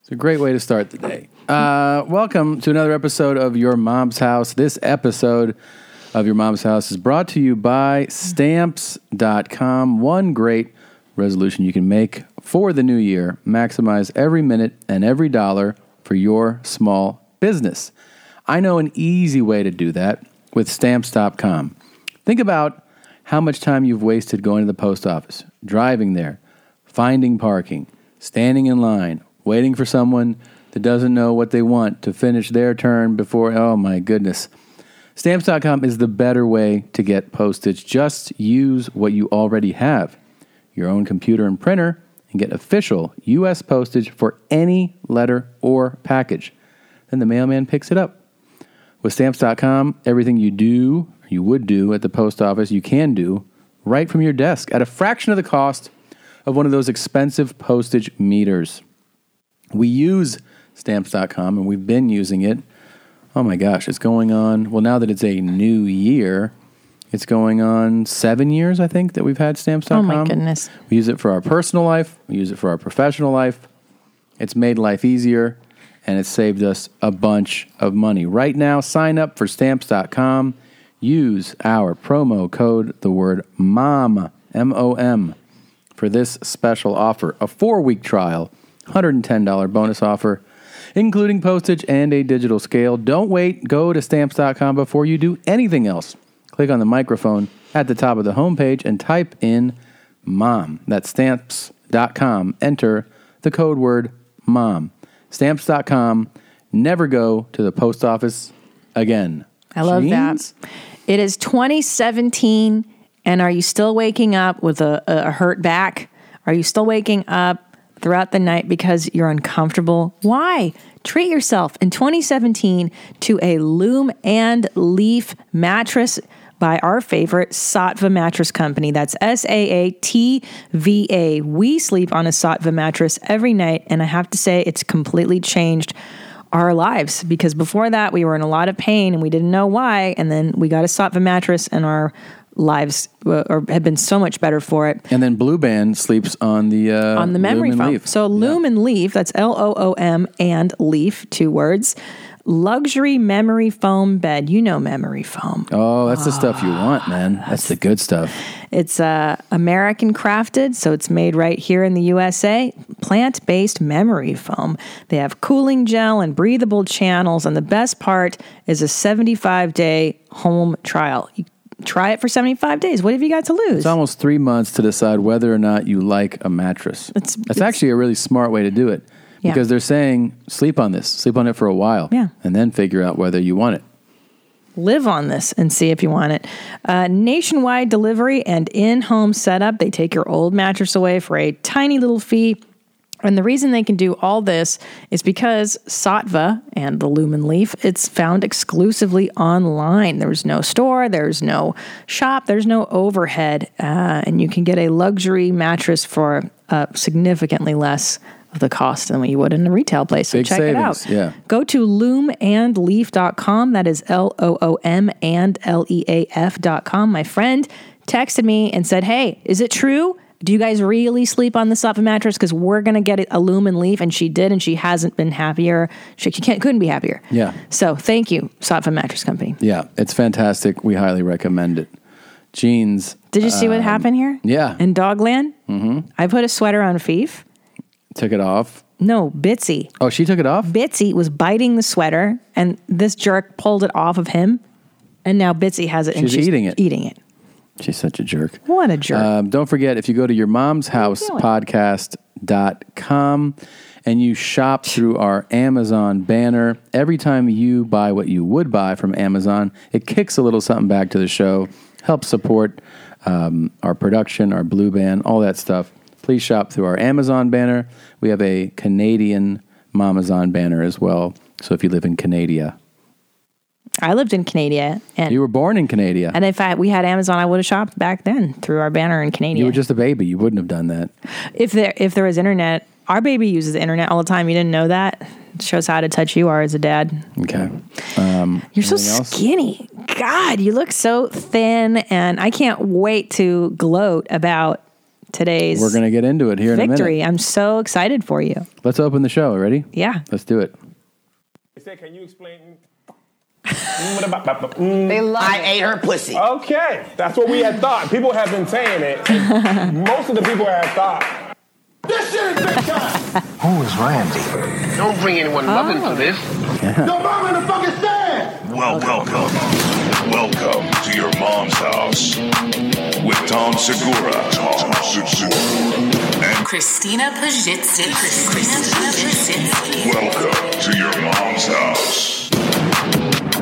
It's a great way to start the day. Uh, welcome to another episode of Your Mom's House. This episode of Your Mom's House is brought to you by stamps.com. One great resolution you can make for the new year maximize every minute and every dollar for your small business. I know an easy way to do that with stamps.com. Think about how much time you've wasted going to the post office, driving there, finding parking, standing in line, waiting for someone that doesn't know what they want to finish their turn before. Oh my goodness. Stamps.com is the better way to get postage. Just use what you already have your own computer and printer and get official U.S. postage for any letter or package. Then the mailman picks it up. With stamps.com, everything you do, you would do at the post office, you can do right from your desk at a fraction of the cost of one of those expensive postage meters. We use stamps.com and we've been using it. Oh my gosh, it's going on. Well, now that it's a new year, it's going on seven years, I think, that we've had stamps.com. Oh my goodness. We use it for our personal life, we use it for our professional life. It's made life easier and it's saved us a bunch of money. Right now, sign up for stamps.com. Use our promo code, the word MOM, M O M, for this special offer a four week trial, $110 bonus offer, including postage and a digital scale. Don't wait. Go to stamps.com before you do anything else. Click on the microphone at the top of the homepage and type in mom. That's stamps.com. Enter the code word mom. Stamps.com. Never go to the post office again. I love Jeans? that. It is 2017, and are you still waking up with a, a a hurt back? Are you still waking up throughout the night because you're uncomfortable? Why? Treat yourself in 2017 to a loom and leaf mattress by our favorite Sattva Mattress Company. That's S A A T V A. We sleep on a Sattva mattress every night, and I have to say, it's completely changed our lives because before that we were in a lot of pain and we didn't know why and then we got a Sattva mattress and our lives were, or have been so much better for it And then Blue Band sleeps on the uh, on the memory lumen foam. leaf. So loom and leaf, that's L O O M and leaf, two words. Luxury memory foam bed. You know memory foam. Oh, that's the stuff you want, man. That's the good stuff. It's uh, American crafted, so it's made right here in the USA. Plant based memory foam. They have cooling gel and breathable channels, and the best part is a 75 day home trial. You try it for 75 days. What have you got to lose? It's almost three months to decide whether or not you like a mattress. It's, That's actually a really smart way to do it Yeah. because they're saying sleep on this, sleep on it for a while, Yeah. and then figure out whether you want it. live on this and see if you want it. Uh, nationwide delivery and in home setup. They take your old mattress away for a tiny little fee. And the reason they can do all this is because Sattva and the Lumen Leaf, it's found exclusively online. There's no store, there's no shop, there's no overhead. Uh, and you can get a luxury mattress for uh, significantly less of the cost than what you would in a retail place. So Big check it out. savings, yeah. Go to loomandleaf.com. That is L O O M and L E A F.com. My friend texted me and said, Hey, is it true? Do you guys really sleep on the sofa mattress? Because we're going to get a loom and leaf. And she did, and she hasn't been happier. She, she can't, couldn't be happier. Yeah. So thank you, Sofa Mattress Company. Yeah, it's fantastic. We highly recommend it. Jeans, Did you see what happened here? Um, yeah. In Dogland? Mm-hmm. I put a sweater on Fief. took it off. No, Bitsy. Oh, she took it off? Bitsy was biting the sweater, and this jerk pulled it off of him, and now Bitsy has it. and She's she's eating it. Eating it. She's such a jerk. What a jerk! Um, don't forget, if you go to your mom's house doing? podcast.com and you shop through our Amazon banner, every time you buy what you would buy from Amazon, it kicks a little something back to the show, helps support um, our production, our blue band, all that stuff. Please shop through our Amazon banner. We have a Canadian Mamazon banner as well. So if you live in Canada, I lived in Canada, and you were born in Canada. and if I, we had Amazon, I would have shopped back then through our banner in Canada. you were just a baby. You wouldn't have done that. if there if there was internet, our baby uses the internet all the time. You didn't know that. It shows how to touch you are as a dad. Okay. You're so Anything else? skinny. God, you look so thin, and I can't wait to gloat about today's We're going to get into it here in a minute. victory. I'm so excited for you. Let's open the show. Ready? Yeah. Let's do it. They said, can you explain? Mm, what about- about- mm. They love I it. ate her pussy. Okay, that's what we had thought. People have been saying it. Most of the people have thought. This shit is big time. Who is Randy? Don't bring anyone loving for this. Your mom in the fucking stand. Well, welcome. Welcome to your mom's house with Tom Segura. Tom Segura. And Christina Pajitsky. Christina Pajitsky. welcome to your mom's house.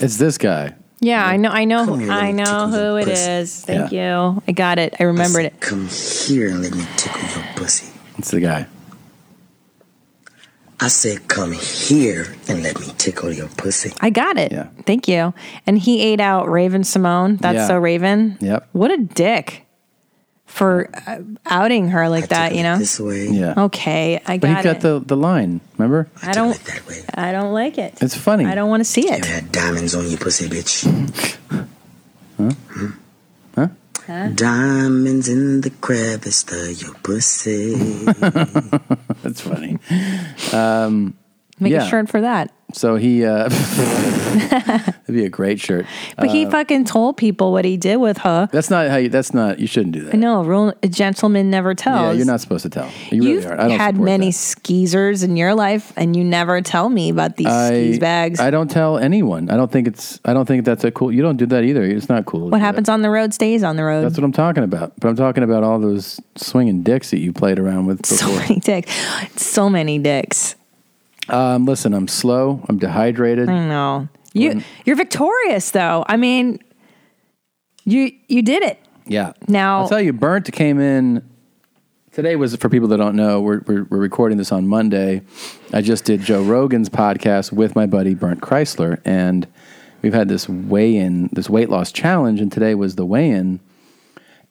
It's this guy. Yeah, I know. I know. here, I let me know tickle who your it pussy. is. Thank you. I got it. I remembered it. Come here and let me tickle your pussy. It's the guy. I said, come here and let me tickle your pussy. I got it. Yeah. Thank you. And he ate out Raven Simone. That's Yeah. so Raven. Yep. What a dick for uh, outing her like I that. tickle You it know. This way. Yeah. Okay, I But Oh, got he got it. the, the line, remember? I, I tickle don't- it that way. I don't like it. It's funny. I don't want to see You it. had diamonds on your pussy, bitch. Huh? Huh? Diamonds in the crevice of your pussy. That's funny. Make Yeah. a shirt for that. So he, uh, that'd be a great shirt. But Uh, he fucking told people what he did with her. That's not how you, that's not, you shouldn't do that. No, rule, a gentleman never tells. Yeah, you're not supposed to tell. You really You've aren't. I don't had support many that. skeezers in your life, and you never tell me about these skis bags. I don't tell anyone. I don't think it's. I don't think that's a cool. You don't do that either. It's not cool. to what do happens on the road stays on the That. road. That's what I'm talking about. But I'm talking about all those swinging dicks that you played around with so before. many dicks. So many dicks. um, listen, I'm slow. I'm dehydrated. I know. You you're victorious though. I mean, you you did it. Yeah. Now- I'll tell you, Burnt came in. Today was for people that don't know. We're, we're we're recording this on Monday. I just did Joe Rogan's podcast with my buddy Burnt Chrysler, and we've had this weigh in, this weight loss challenge, and today was the weigh in.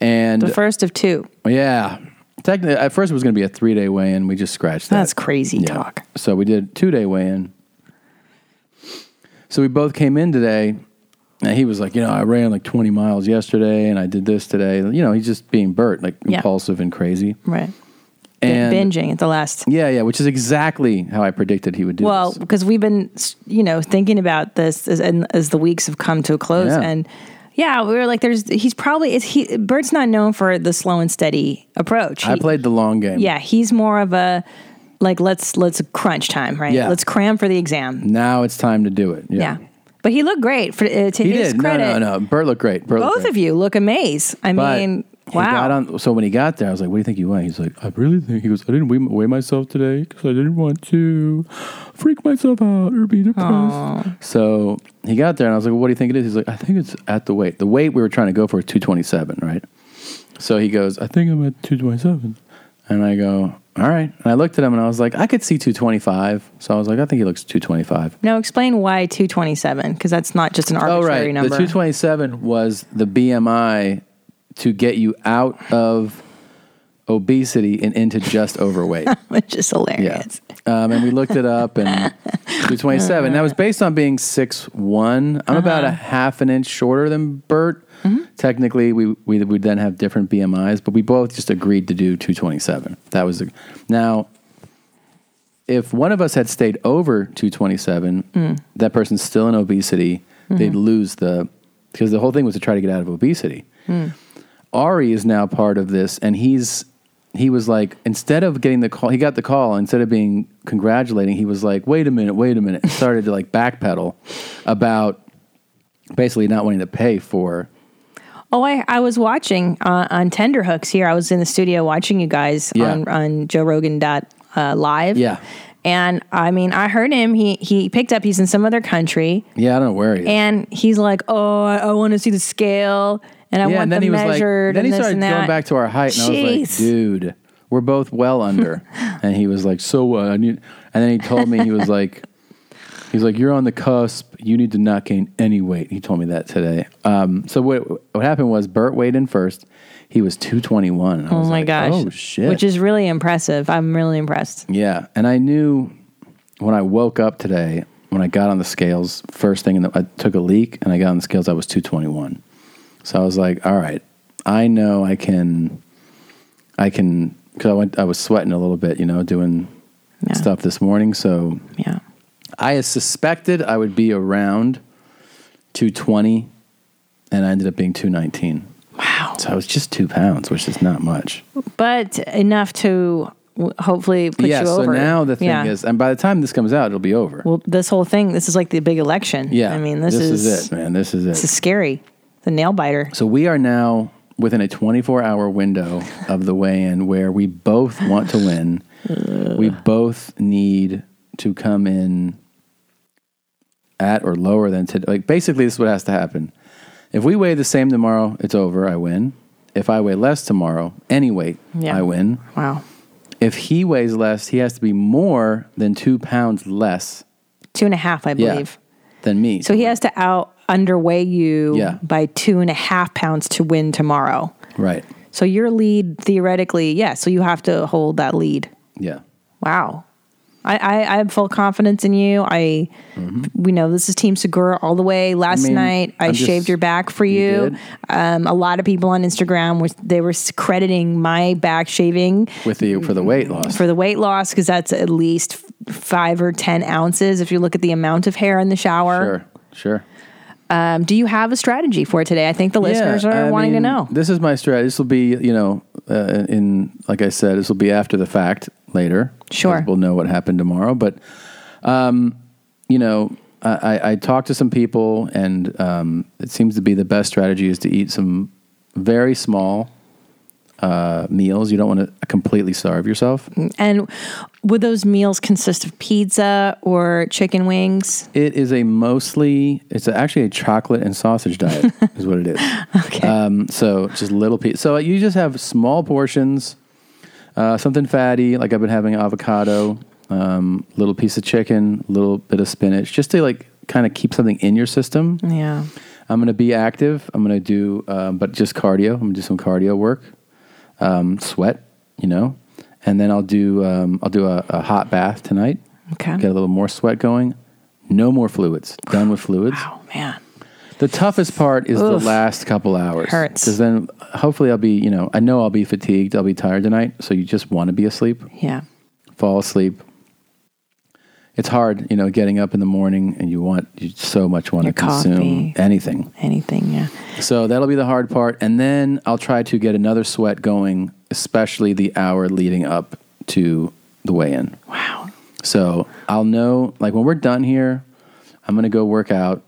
And The first of two. Yeah. Technically, at first it was going to be a three day weigh in. We just scratched that. That's crazy Yeah. talk. So we did two day weigh in. So we both came in today, and he was like, you know, I ran like 20 miles yesterday, and I did this today. You know, he's just being Bert, like Yeah. impulsive and crazy. Right. And Binging at the last. Yeah, yeah, which is exactly how I predicted he would do. Well, this. because we've been, you know, thinking about this as and as the weeks have come to a close, Yeah. and yeah, we were like, "There's he's probably is he Bert's not known for the slow and steady approach. I He- played the long game. yeah, he's more of a like let's let's crunch time, right? Yeah. Let's cram for the exam. Now it's time to do it. Yeah. Yeah, but he looked great for uh, to He his did. credit. No, no, no. Bert looked great. Bert looked Both great. of you look amazed. I But mean, he wow. got on- so when he got there, I was like, "What do you think you weigh?" He's like, "I really think he goes. I didn't weigh, weigh myself today because I didn't want to freak myself out or be depressed." So he got there, and I was like, well, "What do you think it is?" He's like, "I think it's at the weight. The weight we were trying to go for is two twenty seven, right?" So he goes, "I think I'm at two twenty seven. and I go, "All right." And I looked at him, and I was like, "I could see two twenty five. So I was like, "I think he looks two twenty five. now explain why 227 because that's not just an Oh arbitrary right, number. the two twenty seven was the BMI to get you out of obesity and into just overweight. which is yeah, hilarious. um, and we looked it up and two twenty seven. That was based on being six one. I'm about a half an inch shorter than Bert. Technically, we we would then have different BMIs, but we both just agreed to do two twenty seven. That was the, now. If one of us had stayed over 227, that person's still in obesity. They'd lose the because the whole thing was to try to get out of obesity. Ari is now part of this, and he's he was like instead of getting the call, he got the call instead of being congratulating, he was like, "Wait a minute, wait a minute," and started to like backpedal about basically not wanting to pay for. Oh, I, I was watching uh, on Tender Hooks here. I was in the studio watching you guys Yeah. on, on Joe Rogan dot uh, live. Yeah. And I mean, I heard him. He he picked up. He's in some other country, Yeah, I don't know where he is. and he's like, "Oh, I, I want to see the scale." and I yeah, want and then them he was measured like, then and he this started and that. going back to our height, and I was Jeez. like, dude, we're both well under. and he was like, so what? I need, and then he told me he was like, he's like, you're on the cusp. You need to not gain any weight. He told me that today. Um, so what what happened was Bert weighed in first. He was two twenty one. oh my gosh! Oh shit! Which is really impressive. I'm really impressed. Yeah, and I knew when I woke up today, when I got on the scales, first thing in the, I took a leak and I got on the scales. I was two twenty one, so I was like, "All right, I know I can, I can." Because I went, I was sweating a little bit, you know, doing Yeah. stuff this morning. So Yeah. I suspected I would be around two twenty, and I ended up being two nineteen. Wow! So I was just two pounds, which is not much. but enough to w- hopefully put yeah. you so over. now the thing Yeah. is, and by the time this comes out, it'll be over. well, this whole thing, this is like the big election. Yeah. I mean, this, is, it, man. This is it. This is scary. The nail biter. so we are now within a 24 hour window of the weigh in where we both want to win. we both need to come in at or lower than today. Like, basically, this is what has to happen. If we weigh the same tomorrow, it's over. I win. If I weigh less tomorrow, any weight, Yeah. I win. Wow. If he weighs less, he has to be more than two pounds less Two and a half, I yeah, believe. than me. So he has to out underweigh you Yeah. by two and a half pounds to win tomorrow. right. So your lead theoretically, yeah. So you have to hold that lead. Yeah. Wow. I, I, I have full confidence in you. I, we know this is Team Segura all the way. Last Mm-hmm. mean, night, I I'm just- shaved your back for you you. did. um, a lot of people on Instagram was they were crediting my back shaving With the for the weight loss. for the weight loss because that's at least f- five or ten ounces if you look at the amount of hair in the shower. Sure, sure. Um, do you have a strategy for it today? I think the listeners are I wanting mean, to know. This is my strategy. This will be, you know, uh, in like I said, this will be after the fact later. Sure. 'Cause We'll know what happened tomorrow. But, um, you know, I, I, I talked to some people, and um, it seems to be the best strategy is to eat some very small uh, meals. You don't want to completely starve yourself. And would those meals consist of pizza or chicken wings? It is a mostly, it's actually a chocolate and sausage diet, is what it is. Okay. Um, so just little pieces. So you just have small portions, uh, something fatty, like I've been having avocado, um, little piece of chicken, little bit of spinach, just to like kind of keep something in your system. yeah. I'm going to be active. I'm going to do, um, but just cardio. I'm going to do some cardio work, um, sweat, you know, and then I'll do, um, I'll do a, a hot bath tonight. Okay. Get a little more sweat going. No more fluids. Done with fluids. Oh man. The toughest part is Oof. the last couple hours. Hurts. Because then hopefully I'll be, you know, I know I'll be fatigued. I'll be tired tonight. So you just want to be asleep, Yeah. fall asleep. It's hard, you know, getting up in the morning and you want, you so much want Your to consume coffee. anything. Anything. Yeah. So that'll be the hard part. And then I'll try to get another sweat going, especially the hour leading up to the weigh in. Wow. So I'll know, like when we're done here, I'm gonna go work out.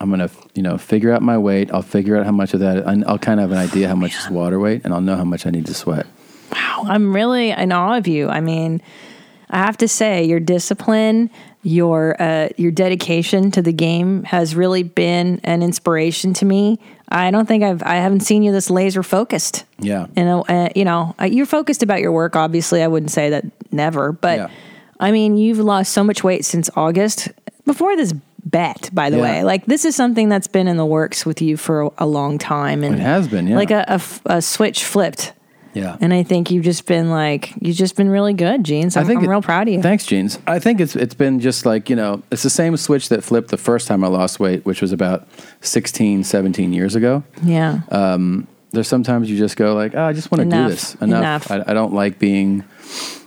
I'm gonna, you know, figure out my weight. I'll figure out how much of that. and I'll kind of have an idea how much is water weight, and I'll know how much I need to sweat. Wow. I'm really in awe of you. I mean, I have to say, your discipline, your uh, your dedication to the game has really been an inspiration to me. I don't think I've I haven't seen you this laser focused. Yeah. You know, uh, you know, uh, you're focused about your work. Obviously, I wouldn't say that never, but Yeah. I mean, you've lost so much weight since August before this bet. By the Yeah. way, like this is something that's been in the works with you for a, a long time, and It has been, yeah. like a, a f- a switch flipped. Yeah. And I think you've just been like, you've just been really good, Gene. So I I'm, think I'm it- real proud of you. Thanks, Jeans. I think it's it's been just like, you know, it's the same switch that flipped the first time I lost weight, which was about 16, 17 years ago. yeah. Uh, There's sometimes you just go like, oh, I just want to do Enough. this. Enough. Enough. I, I don't like being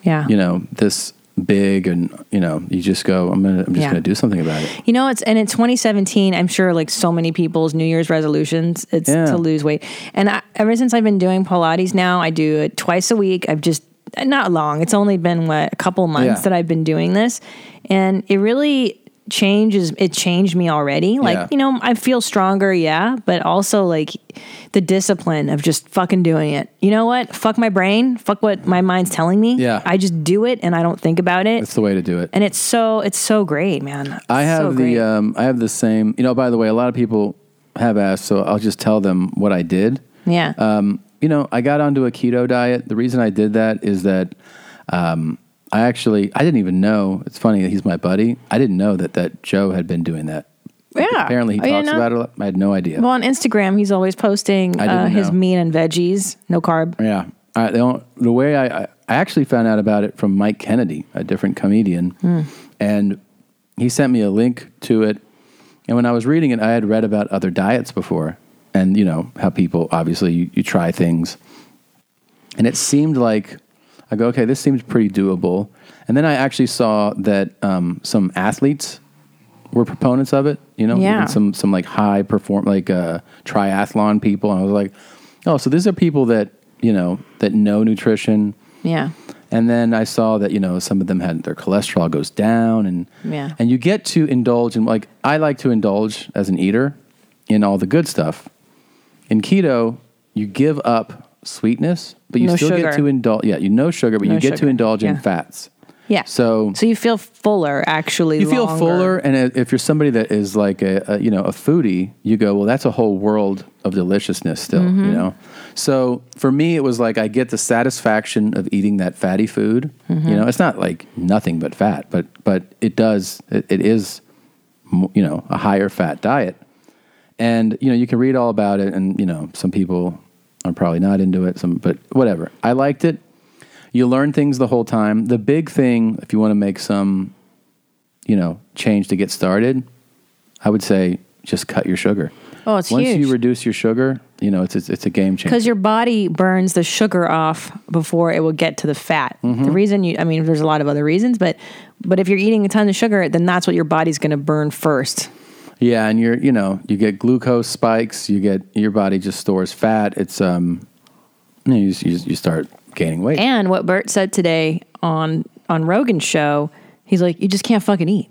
yeah. you know this big and you know you just go i'm gonna i'm just Yeah. gonna do something about it You know, it's and in 2017, I'm sure like so many people's New Year's resolutions, it's Yeah. to lose weight. And I, ever since I've been doing Pilates now, I do it twice a week. I've just not long. It's only been what a couple months Yeah. that I've been doing this, and it really changes. It changed me already. Like Yeah. you know, I feel stronger, yeah, but also like the discipline of just fucking doing it. You know what? Fuck my brain. Fuck what my mind's telling me. Yeah. I just do it, and I don't think about it. that's the way to do it and it's so it's so great, man. i have So the great. um i have the same you know by the way a lot of people have asked, so I'll just tell them what I did. Yeah. Um, you know, I got onto a keto diet. The reason I did that is that um, I actually I didn't even know. It's funny that he's my buddy. I didn't know that that Joe had been doing that. yeah. Apparently, he Oh, you talks know? about it. a lot. I had no idea. Well, on Instagram, he's always posting I didn't uh, his know. meat and veggies, no carb. Yeah. I, the, on- the way I, I, I actually found out about it from Mike Kennedy, a different comedian, Hmm. and he sent me a link to it. And when I was reading it, I had read about other diets before, and you know how people obviously you, you try things, and it seemed like I go, okay, this seems pretty doable. And then I actually saw that um, some athletes were proponents of it. You know, Yeah. even some some like high perform like uh, triathlon people, and I was like, oh, so these are people that you know that know nutrition. Yeah. And then I saw that you know some of them had their cholesterol goes down, and Yeah. and you get to indulge in like I like to indulge as an eater in all the good stuff. In keto, you give up sweetness, but you No still sugar. get to indulge. Yeah, you no sugar, but No you get to sugar, indulge in yeah. fats. Yeah. So So you feel fuller, actually. you feel longer. fuller, and if you're somebody that is like a, a you know a foodie, you go well. That's a whole world of deliciousness, still, you know. So for me, it was like I get the satisfaction of eating that fatty food. You know, it's not like nothing but fat, but but it does it, it is mo- you know a higher fat diet, and you know you can read all about it, and you know some people are probably not into it, some but whatever. I liked it. You learn things the whole time. The big thing, if you want to make some you know, change to get started, I would say just cut your sugar. Oh, it's Once huge. you reduce your sugar, you know, it's it's, it's a game changer. Because your body burns the sugar off before it will get to the fat. Mm-hmm. The reason you, I mean, there's a lot of other reasons, but but if you're eating a ton of sugar, then that's what your body's going to burn first. Yeah, and you're, you know, you get glucose spikes, you get your body just stores fat. It's um you know, you, you, you start gaining weight. And what Bert said today on on Rogan's show, he's like, you just can't fucking eat.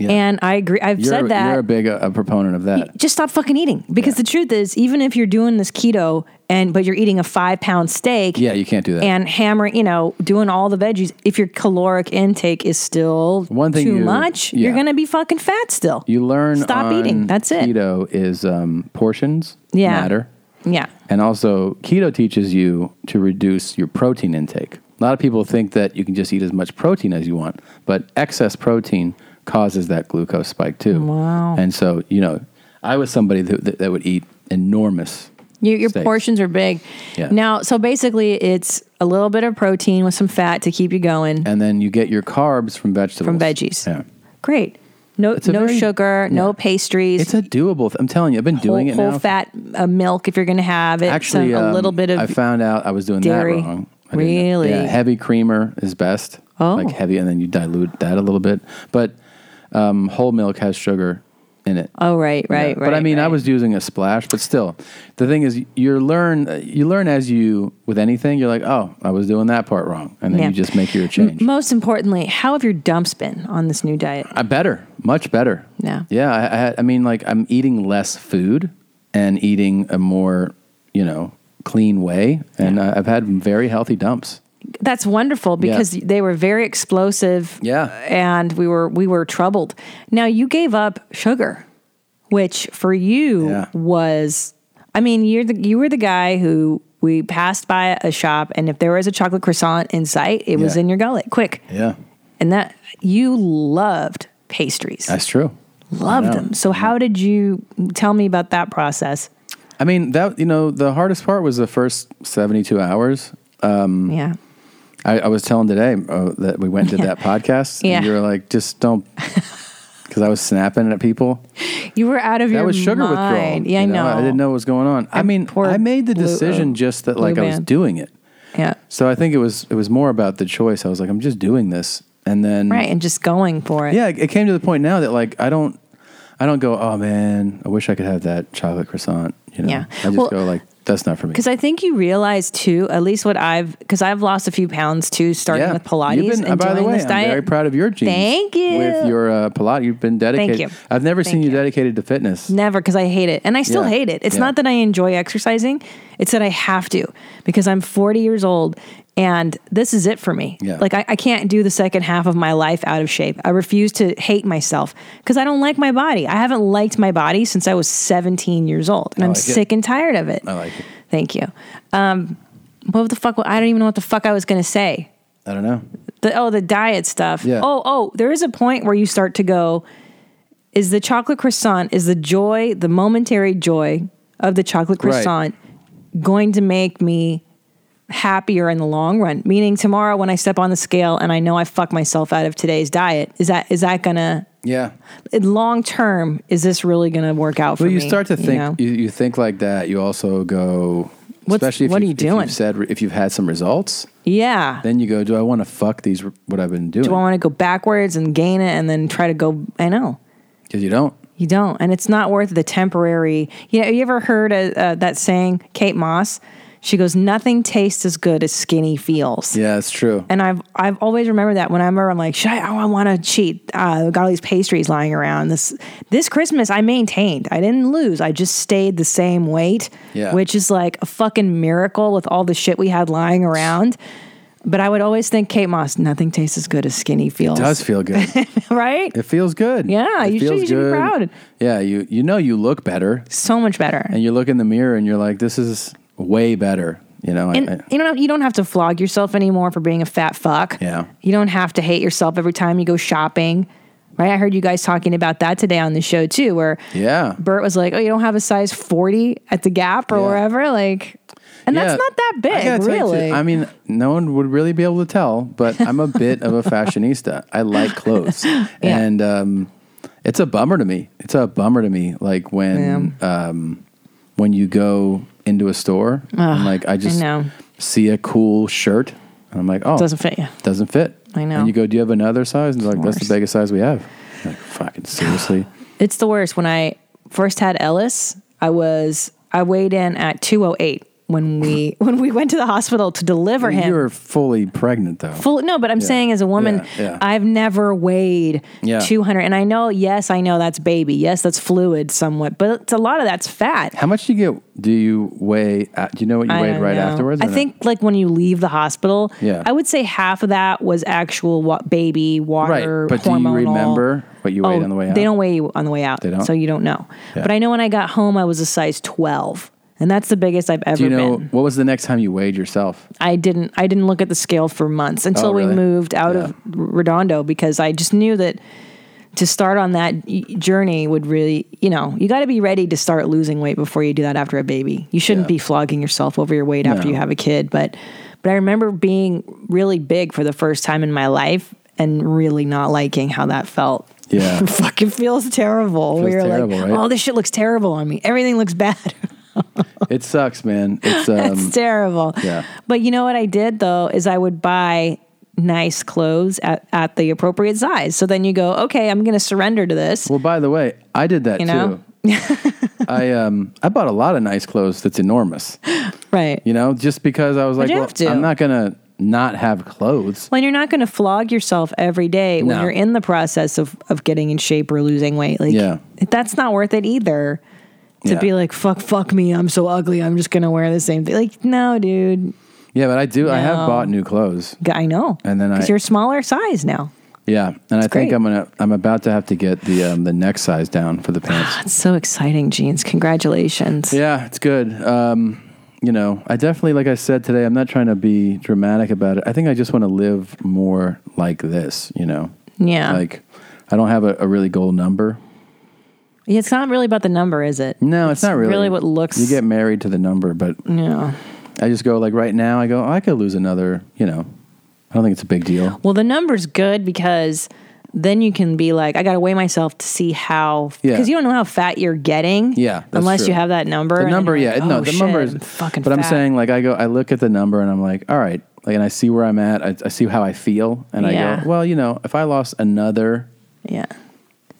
Yeah. And I agree. I've you're, said that. you're a big uh, a proponent of that. just stop fucking eating because the truth is even if you're doing this keto and but you're eating a five pound steak Yeah, you can't do that. and hammering you know doing all the veggies if your caloric intake is still One thing too you- much yeah. you're gonna be fucking fat still you learn stop on eating that's it Keto is um portions Yeah. matter. yeah And also, keto teaches you to reduce your protein intake. A lot of people think that you can just eat as much protein as you want, but excess protein causes that glucose spike too. Wow. And so, you know, I was somebody that, that, that would eat enormous. your, your steaks. portions are big Yeah. now so basically it's a little bit of protein with some fat to keep you going And then you get your carbs from vegetables. From veggies. Yeah. great no a no very- sugar no pastries It's a doable. th- I'm telling you, I've been doing whole, it whole now. fat uh, milk if you're gonna have it Actually, some, a um, little bit of I found out I was doing dairy. that wrong. I didn't know. Really? Yeah, heavy creamer is best. Oh. Like heavy, and then you dilute that a little bit. But um, whole milk has sugar in it. Oh right, right, Yeah, right. But I mean, I right. was using a splash. But still, the thing is, you learn you learn as you with anything. You're like, oh, I was doing that part wrong, and then Yeah. you just make your change. Most importantly, how have your dumps been on this new diet? I Uh, better, much better. Yeah. yeah. I, I, had- I mean, like I'm eating less food and eating a more, you know, clean way, and uh, I've had very healthy dumps. That's wonderful because they were very explosive. Yeah. and we were we were troubled. Now you gave up sugar, which for you Yeah. was, I mean, you're the you were the guy who we passed by a shop, and if there was a chocolate croissant in sight, it was Yeah. in your gullet, quick. Yeah, And that you loved pastries, that's true. loved know. them. So how did you tell me about that process? I mean, that you know, the hardest part was the first 72 hours. Mm. yeah. I, I was telling today uh, that we went and did that podcast. Yeah. And you were like, just don't, because I was snapping at people. You were out of That your was sugar mind. withdrawal. Yeah, I you know. I didn't know what was going on. I And mean, poor I made the Blue- decision uh, just that like Blue I was Man. doing it. Yeah, So I think it was it was more about the choice. I was like, I'm just doing this, and then right. And just going for it. Mm. yeah, it came to the point now that like I don't, I don't go, oh man, I wish I could have that chocolate croissant. You know, Yeah. I just Well- go like, that's not for me. Because I think you realize too, at least what I've, because I've lost a few pounds too, starting Yeah. with Pilates You've been- and by doing the way, this I'm diet. very proud of your genes. Thank you. With your uh, Pilates, you've been dedicated. you. I've never Thank seen you you. dedicated to fitness. Never, because I hate it, and I still Yeah. hate it. It's Yeah. not that I enjoy exercising; it's that I have to because I'm 40 years old And this is it for me. Yeah. Like, I, I can't do the second half of my life out of shape. I refuse to hate myself because I don't like my body. I haven't liked my body since I was 17 years old, and I'm like it. sick and tired of it. I like it. Thank you. Um, what the fuck? I don't even know what the fuck I was going to say I don't know. the oh the diet stuff. Yeah. Oh oh, there is a point where you start to go. Is the chocolate croissant? Is the joy, the momentary joy of the chocolate Right. croissant, going to make me happier in the long run? Meaning tomorrow when I step on the scale and I know I fuck myself out of today's diet, is that is that gonna Yeah. long term? Is this really gonna work out for Well, me? you start to think you, know? you, think like that. You also go, What's- especially if what are you've- you If doing? you've said if you've had some results, yeah. then you go, do I want to fuck these? What I've been doing? Do I want to go backwards and gain it and then try to go? I know. Because you don't. You don't, and it's not worth the temporary. You know, you ever heard uh uh, that saying, Kate Moss? She goes, "Nothing tastes as good as skinny feels." Yeah, it's true. And I've I've always remembered that whenever I'm like, should I? Oh, I want to cheat. Uh, I've got all these pastries lying around. This this Christmas, I maintained. I didn't lose. I just stayed the same weight, Yeah. which is like a fucking miracle with all the shit we had lying around. But I would always think, Kate Moss, nothing tastes as good as skinny feels. it does feel good. right? it feels good. Yeah, It you should- feels you should be proud. Yeah, you you know you look better, so much better. and you look in the mirror, and you're like, this is way better. You know. I- And I- you don't you don't have to flog yourself anymore for being a fat fuck. Yeah. You don't have to hate yourself every time you go shopping. Right? I heard you guys talking about that today on the show too, where yeah. Bert was like, Oh, you don't have a size forty at the gap or Yeah. wherever? Like and Yeah. that's not that I gotta big, tell you, really. I mean, no one would really be able to tell, but I'm a bit of a fashionista. I like clothes, and um, it's a bummer to me. It's a bummer to me, like when um, when you go into a store, and like I just know. see a cool shirt, and I'm like, oh, doesn't fit you. doesn't fit. I know. And you go, do you have another size? And it's like, that's worse. the biggest size we have. I'm like, fucking seriously. It's the worst. When I first had Ellis, I was I weighed in at two oh eight when we when we went to the hospital to deliver him. You were fully pregnant though. full no but i'm Yeah. saying as a woman Yeah, yeah. i've never weighed Yeah. 200 and i know yes i know that's baby yes that's fluid somewhat but it's a lot of that's fat How much do you get? Do you weigh? uh, Do you know what you I weighed don't right know. afterwards? or I no? think like when you leave the hospital, Yeah. I would say half of that was actual wa- baby water. Right, but do you hormonal- Oh, remember what you weighed on the way out? They don't weigh you on the way out, They don't? so you don't know. Yeah. But I know when I got home, I was a size twelve, and that's the biggest I've ever Do you know been. what was the next time you weighed yourself? I didn't I didn't look at the scale for months until Oh, really? we moved out Yeah. of Redondo because I just knew that to start on that y- journey would really, you know, you got to be ready to start losing weight before you do that after a baby. You shouldn't Yeah. be flogging yourself over your weight after No. you have a kid, but but I remember being really big for the first time in my life and really not liking how that felt. Yeah. It fucking feels terrible. we were Feels terrible, like, right? "Oh, this shit looks terrible on me. Everything looks bad." it sucks, man. It's um, It's terrible. Yeah. But you know what I did though is I would buy nice clothes at, at the appropriate size. So then you go, okay, I'm going to surrender to this. well. By the way, I did that You know? too. I um, I bought a lot of nice clothes. That's enormous. Right. You know, just because I was like, you well, have to. I'm not gonna not have clothes. When you're not going to flog yourself every day when No. you're in the process of, of getting in shape or losing weight, like Yeah. that's not worth it either. To Yeah. be like, fuck, fuck me, I'm so ugly, I'm just gonna wear the same thing. Like, no, dude, Yeah, but I do. I have No. bought new clothes. G- I know. And then I- because you're smaller size now. Yeah, and I think great. I'm gonna. I'm about to have to get the um, the neck size down for the pants. That's so exciting, jeans. Congratulations. Yeah, it's good. Um, you know, I definitely, like I said today, I'm not trying to be dramatic about it. I think I just want to live more like this. You know, Yeah. like I don't have a, a really goal number. Yeah, it's not really about the number, is it? No, it's, not really. what looks. You get married to the number, but Yeah. I just go like right now. I go, oh, I could lose another. You know, I don't think it's a big deal. Well, the number's good because then you can be like, I got to weigh myself to see how. Yeah. Because you don't know how fat you're getting. Yeah, that's Unless true. you have that number. The and number, you're yeah, like, no, "Oh, the shit, number is I'm fucking. But I'm fat." saying like I go, I look at the number and I'm like, all right, like, and I see where I'm at. I, I see how I feel, and I Yeah. go, well, you know, if I lost another yeah,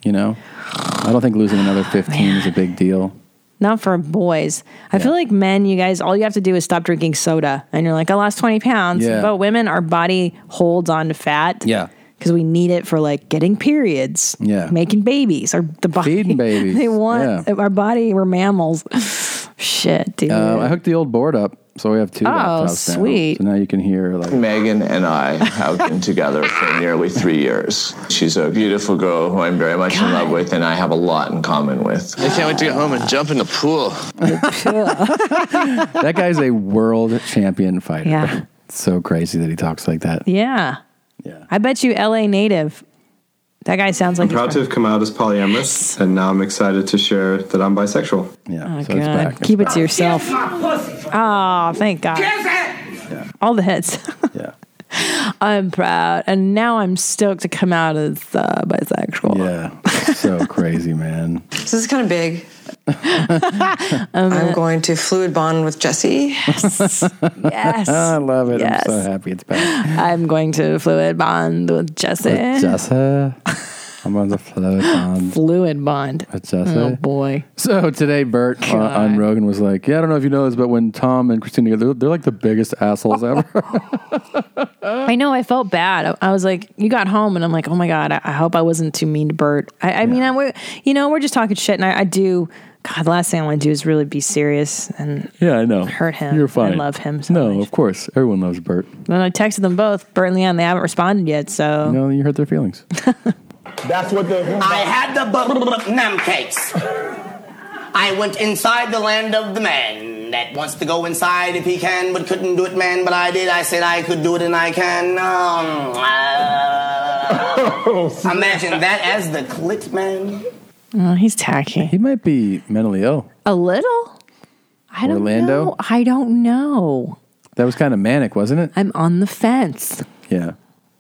You know, I don't think losing another 15 is a big deal. not for boys. I Yeah. feel like men, you guys, all you have to do is stop drinking soda, and you're like, I lost 20 pounds. Yeah. But women, our body holds on to fat. Yeah. Because we need it for like getting periods, Yeah. making babies, or the body Feeding babies. They want our body. We're mammals. Shit, dude. Uh, I hooked the old board up So we have two. Oh, laptops now. sweet. So now you can hear like Megan and I have been together for nearly three years. She's a beautiful girl who I'm very much in love with, and I have a lot in common with. I can't wait to get home and jump in the pool. that guy's a world champion fighter. Yeah. It's so crazy that he talks like that. Yeah. Yeah. I bet you LA native. That guy sounds like Proud to have come out as polyamorous, and now I'm excited to share that I'm bisexual. Yeah. Oh, so God. it's back. Keep it to yourself. Oh, thank God. All the hits. Yeah. I'm proud. And now I'm stoked to come out as uh, bisexual. Yeah. so crazy, man. So this is kind of big. I'm going to fluid bond with Jesse. Yes. I love it. Yes. I'm so happy it's back. I'm going to fluid bond with Jesse. Jessa. I'm on the float on fluid bond. Jessa. Oh, boy. So today, Bert on, on God. Rogan was like, "Yeah, I don't know if you know this, but when Tom and Christina they're, they're like the biggest assholes ever." I know. I felt bad. I, I was like, you got home, and I'm like, oh my god. I, I hope I wasn't too mean to Bert. I, I mean, I we, you know, we're just talking shit, and I, I do. God, the last thing I want to do is really be serious. And yeah, I know. Hurt him. You're I fine. love him so no, much. of course, everyone loves Bert. then I texted them both, Bert and Leon. They haven't responded yet. So No, you hurt their feelings. That's what the. I had the Nam cakes. I went inside the land of the man that wants to go inside if he can, but couldn't do it, man. But I did. I said I could do it, and I can. Um, uh, Oh, imagine that as the clit man. Oh, he's tacky. he might be mentally ill. A little. I don't Orlando? know. I don't know. That was kind of manic, wasn't it? I'm on the fence Yeah,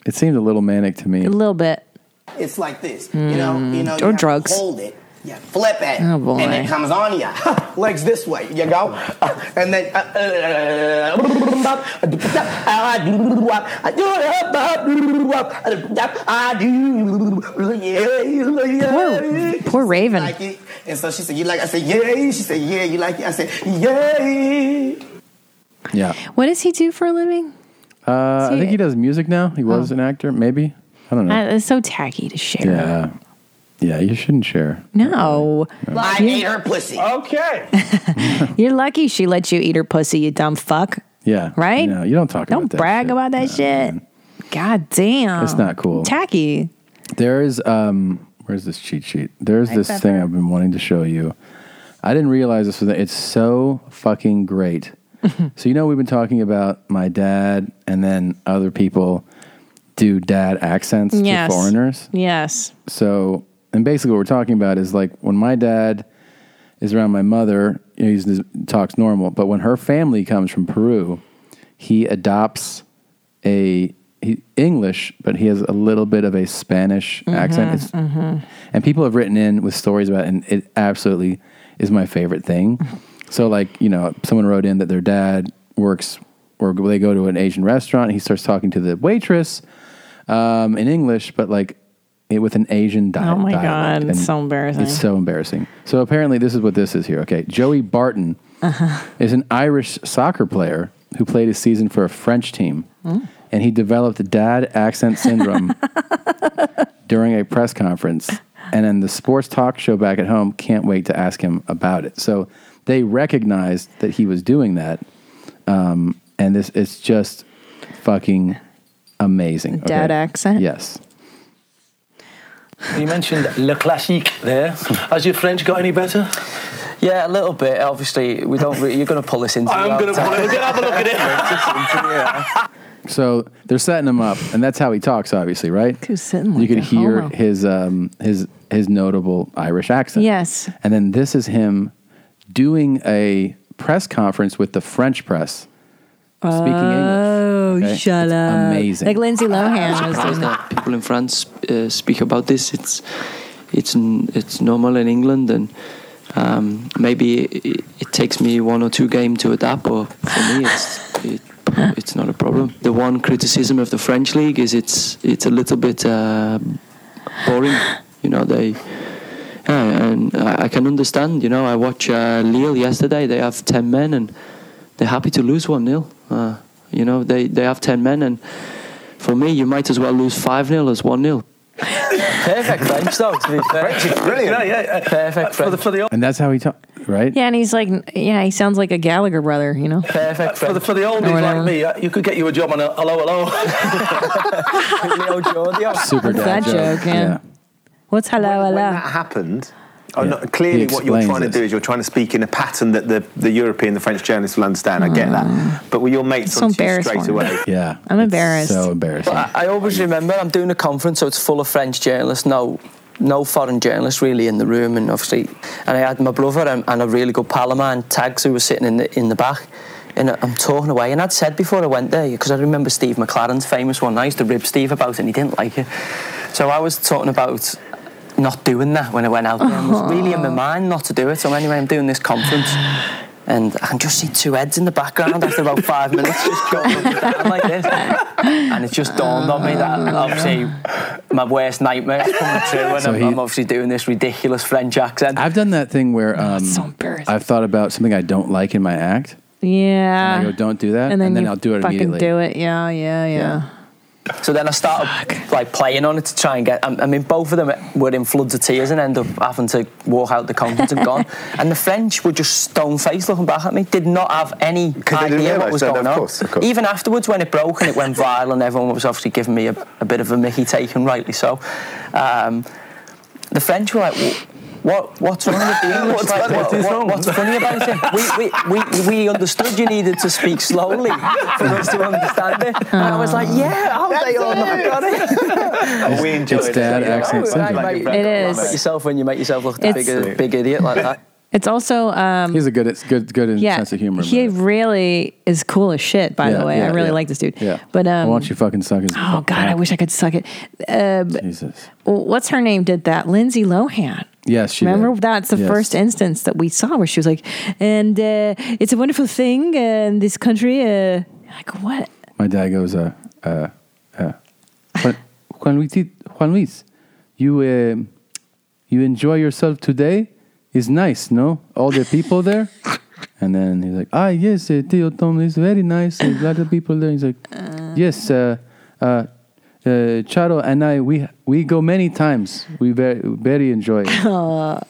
it seemed a little manic to me. a little bit. It's like this, you know, you know. you Mm. Or have to drugs. Hold it. You flip it. Oh, boy. And it comes on you. Legs this way. You go. And then. uh, Poor, poor Raven. Like it. And so she said, "You like?" it?" I said, "Yeah." She said, "Yeah." You like it? I said, "Yeah." Yeah, What does he do for a living? uh, I think he does music now. He Oh. was an actor, maybe. I don't know. Uh, it's so tacky to share. yeah, yeah. You shouldn't share. No. I ate her Uh, pussy. Okay. You're lucky she let you eat her pussy, you dumb fuck. Yeah, Right? No, you don't talk. Don't about that brag shit. about that No. shit. God damn. It's not cool. Tacky. There is um where's this cheat sheet? There's this pepper. thing I've been wanting to show you. I didn't realize this was it's so fucking great. so you know we've been talking about my dad and then other people do dad accents Yes. to foreigners. Yes. So and basically what we're talking about is like when my dad is around my mother, you know, he's, he talks normal, but when her family comes from Peru, he adopts a he, English, but he has a little bit of a Spanish accent. It's, And people have written in with stories about, it, and it absolutely is my favorite thing. so, like you know, someone wrote in that their dad works, or they go to an Asian restaurant. And he starts talking to the waitress um, in English, but like it, with an Asian dialect. Oh my dialect. God, it's so embarrassing. It's so embarrassing. So apparently, this is what this is here. Okay, Joey Barton Uh-huh. is an Irish soccer player who played a season for a French team, Hmm. and he developed dad accent syndrome during a press conference. And then the sports talk show back at home can't wait to ask him about it. So they recognized that he was doing that, um, and this it's just fucking amazing. Dad accent? yes. You mentioned Le Classique there. Has your French got any better? Yeah, a little bit. Obviously, we don't. Re- you're going to pull this into. I'm going to pull it. We're going to have a look at it. So they're setting him up, and that's how he talks, obviously, right? Who's sitting you like Oh, could a hear homo. his um, his his notable Irish accent. Yes. and then this is him doing a press conference with the French press, speaking Oh, English. okay? shut It's up. Amazing. Like Lindsay Lohan was doing that. People in France uh, speak about this. It's it's n- it's normal in England, and um, maybe it, it takes me one or two game to adapt. But for me, it's it, it's not a problem. The one criticism of the French league is it's it's a little bit uh, boring. You know they. Yeah, and I I can understand. You know, I watch uh, Lille yesterday. They have ten men, and they're happy to lose one 0 uh, You know, they they have ten men, and for me, you might as well lose five 0 as one 0 Perfect French, though. To be fair, French is brilliant. Yeah, yeah. Perfect French. For the, for the and that's how he talks. right? Yeah, and he's like, yeah, he sounds like a Gallagher brother, you know? Perfect. For the, for the oldies whatever. like me, uh, you could get you a job on a hello, hello. Leo Giorgio. Super It's dad that joke. joke, yeah. Yeah. What's hello, hello? that happened. Oh, no, clearly, He what you're explains trying to do is you're trying to speak in a pattern that the, the European, the French journalists will understand. I get that. But were your mates so on to you embarrassing. straight away? yeah. I'm embarrassed. So embarrassing. But I, I always remember I'm doing a conference, so it's full of French journalists. No, no foreign journalists really in the room, and obviously, and I had my brother and, and a really good pal of mine, Tags, who was sitting in the in the back. And I'm talking away, and I'd said before I went there because I remember Steve McLaren's famous one. I used to rib Steve about it, and he didn't like it. So I was talking about not doing that when I went out there. and was really Uh-huh. in my mind not to do it. So anyway, I'm doing this conference, and I can just see two heads in the background after about five minutes, just going up and down like this. And it just dawned on me that obviously my worst nightmare has come true, and So I'm, he- I'm obviously doing this ridiculous French accent. I've done that thing where Oh, um, it's so embarrassing. I've thought about something I don't like in my act. Yeah. And I go, don't do that. Ah. And then, you I'll do it fucking immediately. do it. Yeah, yeah, yeah. So then I started like playing on it to try and get. I I mean, both of them were in floods of tears and end up having to walk out the conference and gone. And the French were just stone faced looking back at me. Did not have any 'Cause they didn't idea what realise, was no, no, going of on. course, of course. Even afterwards, when it broke and it went viral, and everyone was obviously giving me a, a bit of a Mickey take, and rightly so. Um, the French were like. "Wh- What, what's wrong with the English? What's Like, funny? what- What is what- wrong?" what's funny about it? We, we, we, we understood you needed to speak slowly for us to understand it. And I was like, yeah, how they all not got it? Oh, we enjoyed It's it. dad accent Oh, syndrome. right, It is. Make yourself when you make yourself look the It's- big, big idiot like that. It's also, um, He's a good, it's good, good in yeah, sense of humor. he but- really is cool as shit. By Yeah, the way, I yeah, really yeah. like this dude. Yeah. but um, Why don't you fucking suck his? oh god, I wish I could suck it. Uh, but- Jesus. well, what's her name? Did that Lindsay Lohan? Yes, she Remember did. that's the Yes. first instance that we saw where she was like, and uh, it's a wonderful thing uh, in this country. Uh, like what? My dad goes, uh, uh, uh, Juan, Juan Luis, Juan Luis, you, um you enjoy yourself today? It's nice, no? All the people there? And then he's like, ah, yes, uh, Tio Tom is very nice. A lot of people there. He's like, yes, uh, uh, uh, Charo and I, we we go many times. We very, very enjoy it.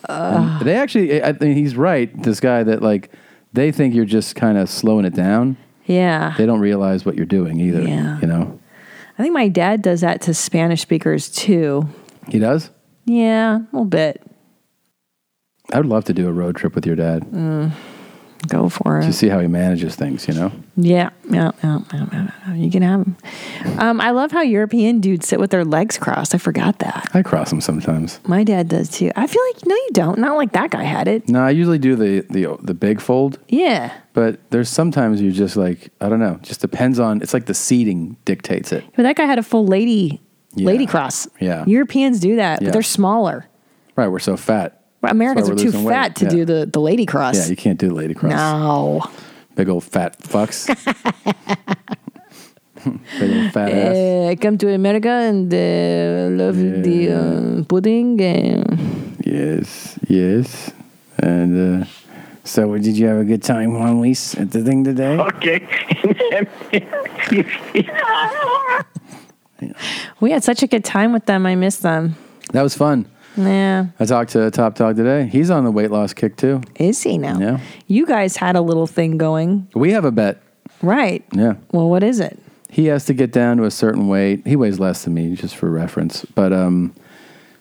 And they actually, I I think he's right, this guy, that like, they think you're just kind of slowing it down Yeah, they don't realize what you're doing either. Yeah. You know, I think my dad does that to Spanish speakers too. he does. Yeah, a little bit. I would love to do a road trip with your dad Go for to it. see how he manages things. You know, Yeah, yeah, yeah, yeah, yeah, yeah. You can have them. Um, I love how European dudes sit with their legs crossed. I forgot that. I cross him sometimes. My dad does too. I feel like no, you don't. Not like that guy had it. No, I usually do the the the big fold, Yeah. but there's sometimes you just like I don't know. it Just depends on. It's like the seating dictates it. But that guy had a full lady Yeah. lady cross. Yeah. Europeans do that, Yeah. but they're smaller. Right, we're so fat. But Americans why are we're too losing weight. fat to Yeah. do the, the lady cross. Yeah, you can't do lady cross. No. Big old fat fucks. Big old fat ass. Uh, I come to America and uh, love the uh, pudding. And Yes, yes. And uh, so, did you have a good time, Juan Luis, at the thing today? we had such a good time with them. I miss them. That was fun. Yeah. I talked to Top Dog today. He's on the weight loss kick too. Is he now? Yeah. You guys had a little thing going. We have a bet. Right. Yeah. Well, what is it? He has to get down to a certain weight. He weighs less than me, just for reference. But um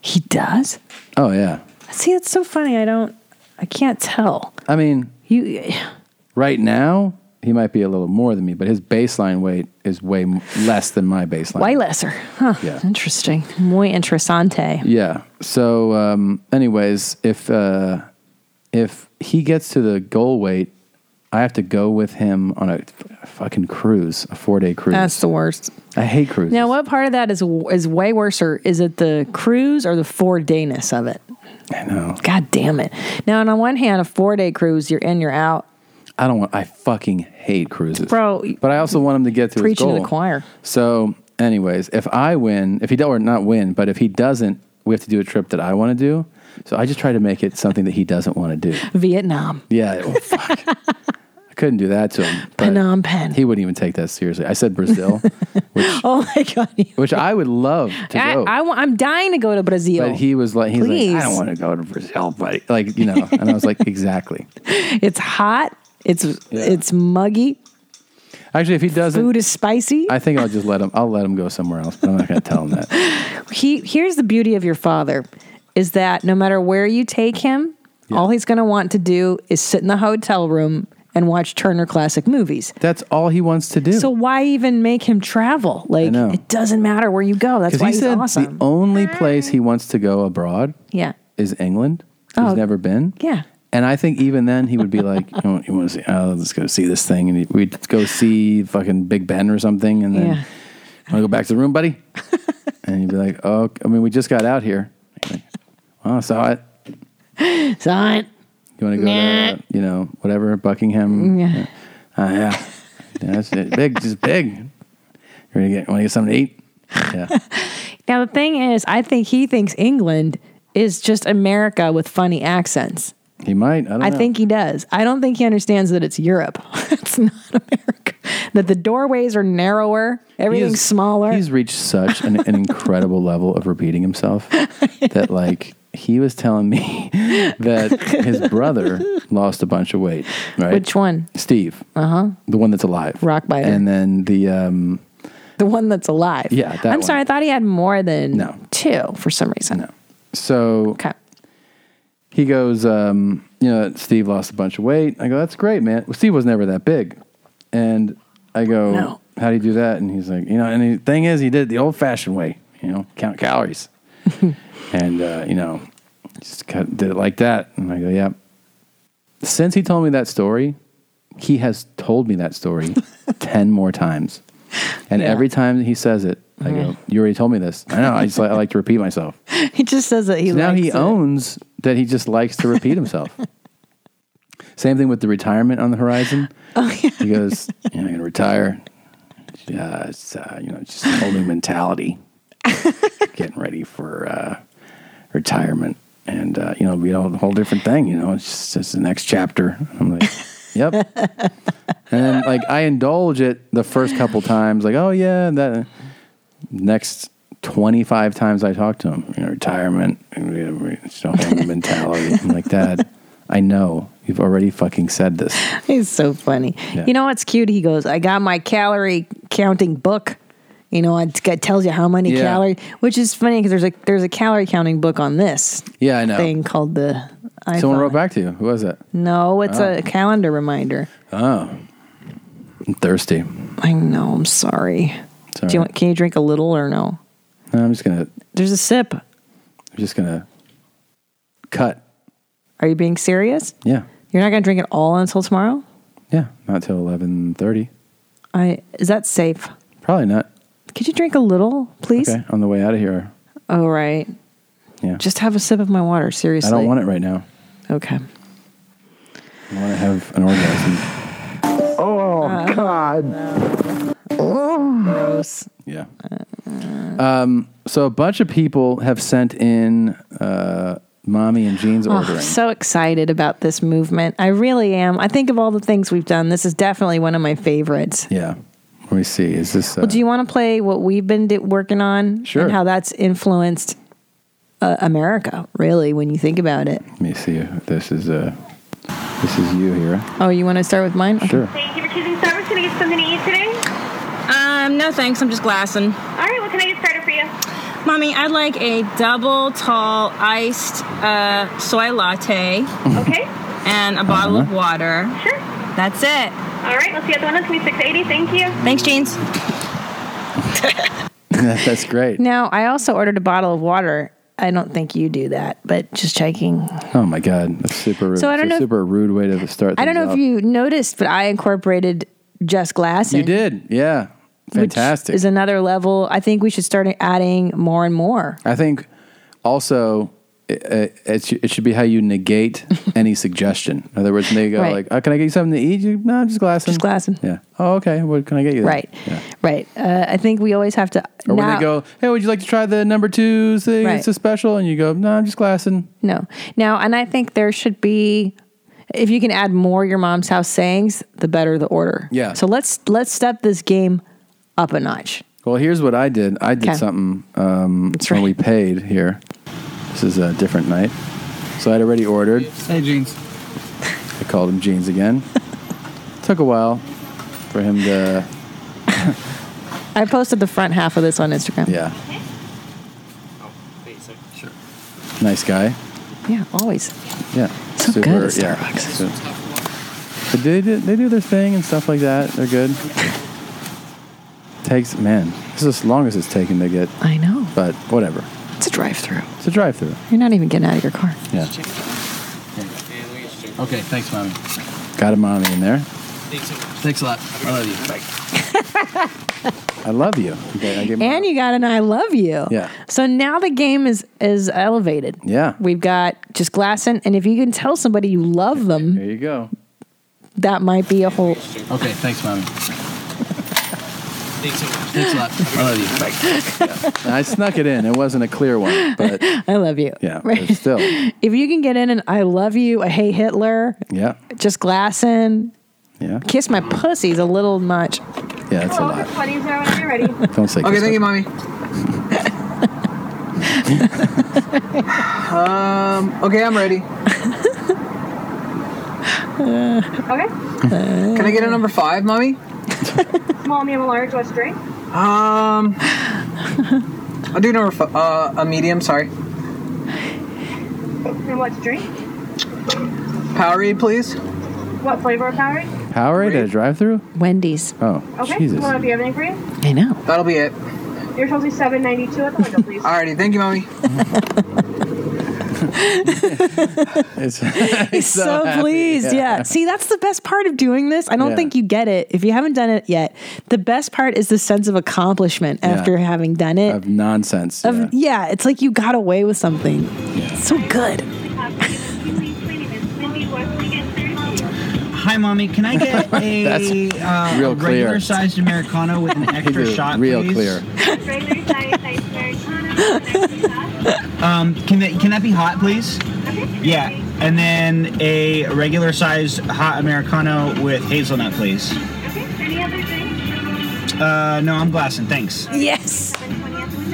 He does? oh yeah. See, it's so funny. I don't, I can't tell. I mean, You, right now he might be a little more than me, but his baseline weight is way m- less than my baseline. way lesser. Huh. Yeah. Interesting. Muy interesante. Yeah. So, um, anyways, if uh, if he gets to the goal weight, I have to go with him on a f- fucking cruise, a four day cruise. That's the worst. I hate cruises. Now, what part of that is is way worse? Or is it the cruise or the four dayness of it? I know. God damn it! Now, on the one hand, a four day cruise, you're in, you're out, I don't want. I fucking hate cruises, Bro, But I also want him to get to preaching his to goal. the choir. So, anyways, if I win, if he don't or not win, but if he doesn't, we have to do a trip that I want to do. So I just try to make it something that he doesn't want to do. Vietnam. Yeah. oh, fuck. I couldn't do that to him. but Phnom Penh. He wouldn't even take that seriously. I said Brazil, Oh my god! which I would love to I, go. I, wa- I'm dying to go to Brazil. but he was like, he's like, Please. I don't want to go to Brazil, buddy. Like, you know, and I was like, exactly. It's hot. It's it's muggy. Actually, if he doesn't, Food is spicy. I think I'll just let him. I'll let him go somewhere else, but I'm not going to tell him that. He here's the beauty of your father is that no matter where you take him, all he's going to want to do is sit in the hotel room and watch Turner classic movies. That's all he wants to do. So why even make him travel? Like know. it doesn't matter where you go. That's Because why he he's said awesome. the only place he wants to go abroad yeah. is England. He's Oh. never been. Yeah. And I think even then he would be like, you want, you want to see, oh, let's go see this thing. And he- we'd go see fucking Big Ben or something. And then, Yeah. want to go back to the room, buddy? and he'd be like, oh, I mean, we just got out here. Like, oh, saw it. Saw it. You want to go Nah. to, you know, whatever, Buckingham? Mm, Yeah. Uh, yeah. yeah that's it. Big, just big. You want to get, wanna get something to eat? Yeah. Now the thing is, I think he thinks England is just America with funny accents. he might. I don't I know. think he does. I don't think he understands that it's Europe. it's not America. That the doorways are narrower. Everything's He is- smaller. He's reached such an, an incredible level of repeating himself that, like, he was telling me that his brother lost a bunch of weight. Right? Which one? Steve, Uh huh. the one that's alive. Rock biter. And then the um, The one that's alive. Yeah, that I'm one. sorry. I thought he had more than two for some reason. No. So he goes, um, you know, Steve lost a bunch of weight. I go, that's great, man. Well, Steve was never that big. And I go, No. how do you do that? And he's like, you know, and the thing is, he did it the old fashioned way, you know, count calories. and, uh, you know, just cut, did it like that. And I go, yeah. Since he told me that story, he has told me that story 10 more times. And every time he says it, I go, you already told me this. I know. I just like, I like to repeat myself He just says that he now likes he it. owns that he just likes to repeat himself. Same thing with the retirement on the horizon. Oh, He goes, you know, I'm going to retire. Uh, it's, uh, you know, just an older mentality. Getting ready for uh, retirement. And, uh, you know, it'll be a whole different thing. You know, it's just it's the next chapter. I'm like, yep. and then, like, I indulge it the first couple times. Like, oh, yeah, that next 25 times I talk to him, you know, retirement, it's a whole new mentality. I'm like, Dad, I know you've already fucking said this. He's so funny. Yeah. You know what's cute? He goes, I got my calorie counting book. You know, it g- tells you how many Yeah. calories, which is funny because there's a there's a calorie counting book on this. Yeah, I know. Thing called the. iPhone. Someone wrote back to you. Who was it? No, it's Oh. a calendar reminder. Oh, I'm thirsty. I know. I'm sorry. Do you want, can you drink a little or no? No, I'm just going to, There's a sip. I'm just going to cut. Are you being serious? Yeah. You're not going to drink it all until tomorrow? Yeah. Not till 1130. I is that safe? Probably not. Could you drink a little, please? Okay. On the way out of here. All right. Yeah. Just have a sip of my water, seriously. I don't want it right now. Okay. I want to have an orgasm. Oh god. Gross. Yeah. Um, so a bunch of people have sent in, uh, mommy and jeans Oh, ordering. so excited about this movement. I really am. I think of all the things we've done, this is definitely one of my favorites. Yeah. Let me see. Is this? Uh, well, do you want to play what we've been do- working on? Sure. And how that's influenced uh, America, really, when you think about it. let me see. if This is uh, this is you here. Oh, you want to start with mine? Okay. Sure. Thank you for choosing Starbucks. Can I get something to eat today? Um, no thanks. I'm just glassing. All right, what can I get started for you? Mommy, I'd like a double tall iced uh, soy latte. Okay. And a bottle Uh-huh. of water. Sure. That's it. All right, we'll see you at the one on 2680. Thank you. Thanks, Jeans. That's great. Now, I also ordered a bottle of water. I don't think you do that, but just checking. Oh my god, that's super. Rude. So I It's don't a know if- super rude way to start. I don't things know if off. you noticed, but I incorporated just glass. You did, yeah. Fantastic. Is another level. I think we should start adding more and more. I think also it, it, it should- it should be how you negate any suggestion. In other words, when they go Right. like, "Oh, can I get you something to eat?" You, no, I'm just glassing. Just glassing. Yeah. Oh, okay. What can I get you? then?" Right. Yeah. Right. Uh, I think we always have to. Or when now, they go, "Hey, would you like to try the number two thing? Right. It's a special," and you go, "No, I'm just glassing." No. Now, and I think there should be if you can add more your mom's house sayings, the better the order. Yeah. So let's let's step this game up a notch. Well, here's what I did. I did Okay. something um, when we paid here. This is a different night. So I'd already ordered. Hey, Jeans. I called him Jeans again. Took a while for him to. I posted the front half of this on Instagram. Yeah. Nice guy. Yeah, always. Yeah. So good at Starbucks. So- but they, do, they do their thing and stuff like that. They're good. Takes, man, this is as long as it's taken to get. I know. But whatever. It's a drive through. It's a drive through. You're not even getting out of your car. Yeah. Okay, thanks, mommy. Got a mommy in there. Thanks a lot. I I love you. love you. Okay, I gave him- And you got an I love you. Yeah. So now the game is is elevated. Yeah. We've got just Glasson, and if you can tell somebody you love them, there you go. That might be a whole. Okay, thanks, mommy. Thanks a lot. I love you. And I snuck it in. It wasn't a clear one, but I love you. yeah, Right. but still, If you can get in an I love you, a Hey Hitler, yeah, just Glasson, yeah, kiss my pussy's a little much. yeah. It's a lot. Buddies are when you're ready. Don't say. Okay, kiss thank you, her. mommy. um, okay, I'm ready. Okay. Can I get a number five, mommy? Small medium, large, what's drink? Um, I'll do number five. Uh, a medium. Sorry. And what's drink? Powerade, please. What flavor of Powerade? Powerade at a drive-through. Wendy's. Oh, Okay. Jesus. Hold on, do you have anything for you? I know. That'll be it. Your total's seven ninety two at the window, please. Alrighty, thank you, mommy. It's, He's so, happy, pleased. Yeah. yeah. See, that's the best part of doing this. I don't Yeah. think you get it if you haven't done it yet. The best part is the sense of accomplishment Yeah. after having done it. Of nonsense. Of- yeah. it's like you got away with something. So good. Hi, mommy. Can I get a, That's uh, real a clear. regular sized Americano with an extra Dude, shot, real please? clear. Um, can that can that be hot, please? Yeah, and then a regular sized hot Americano with hazelnut, please. Any other drink? Uh, no, I'm glassing. Thanks. Yes.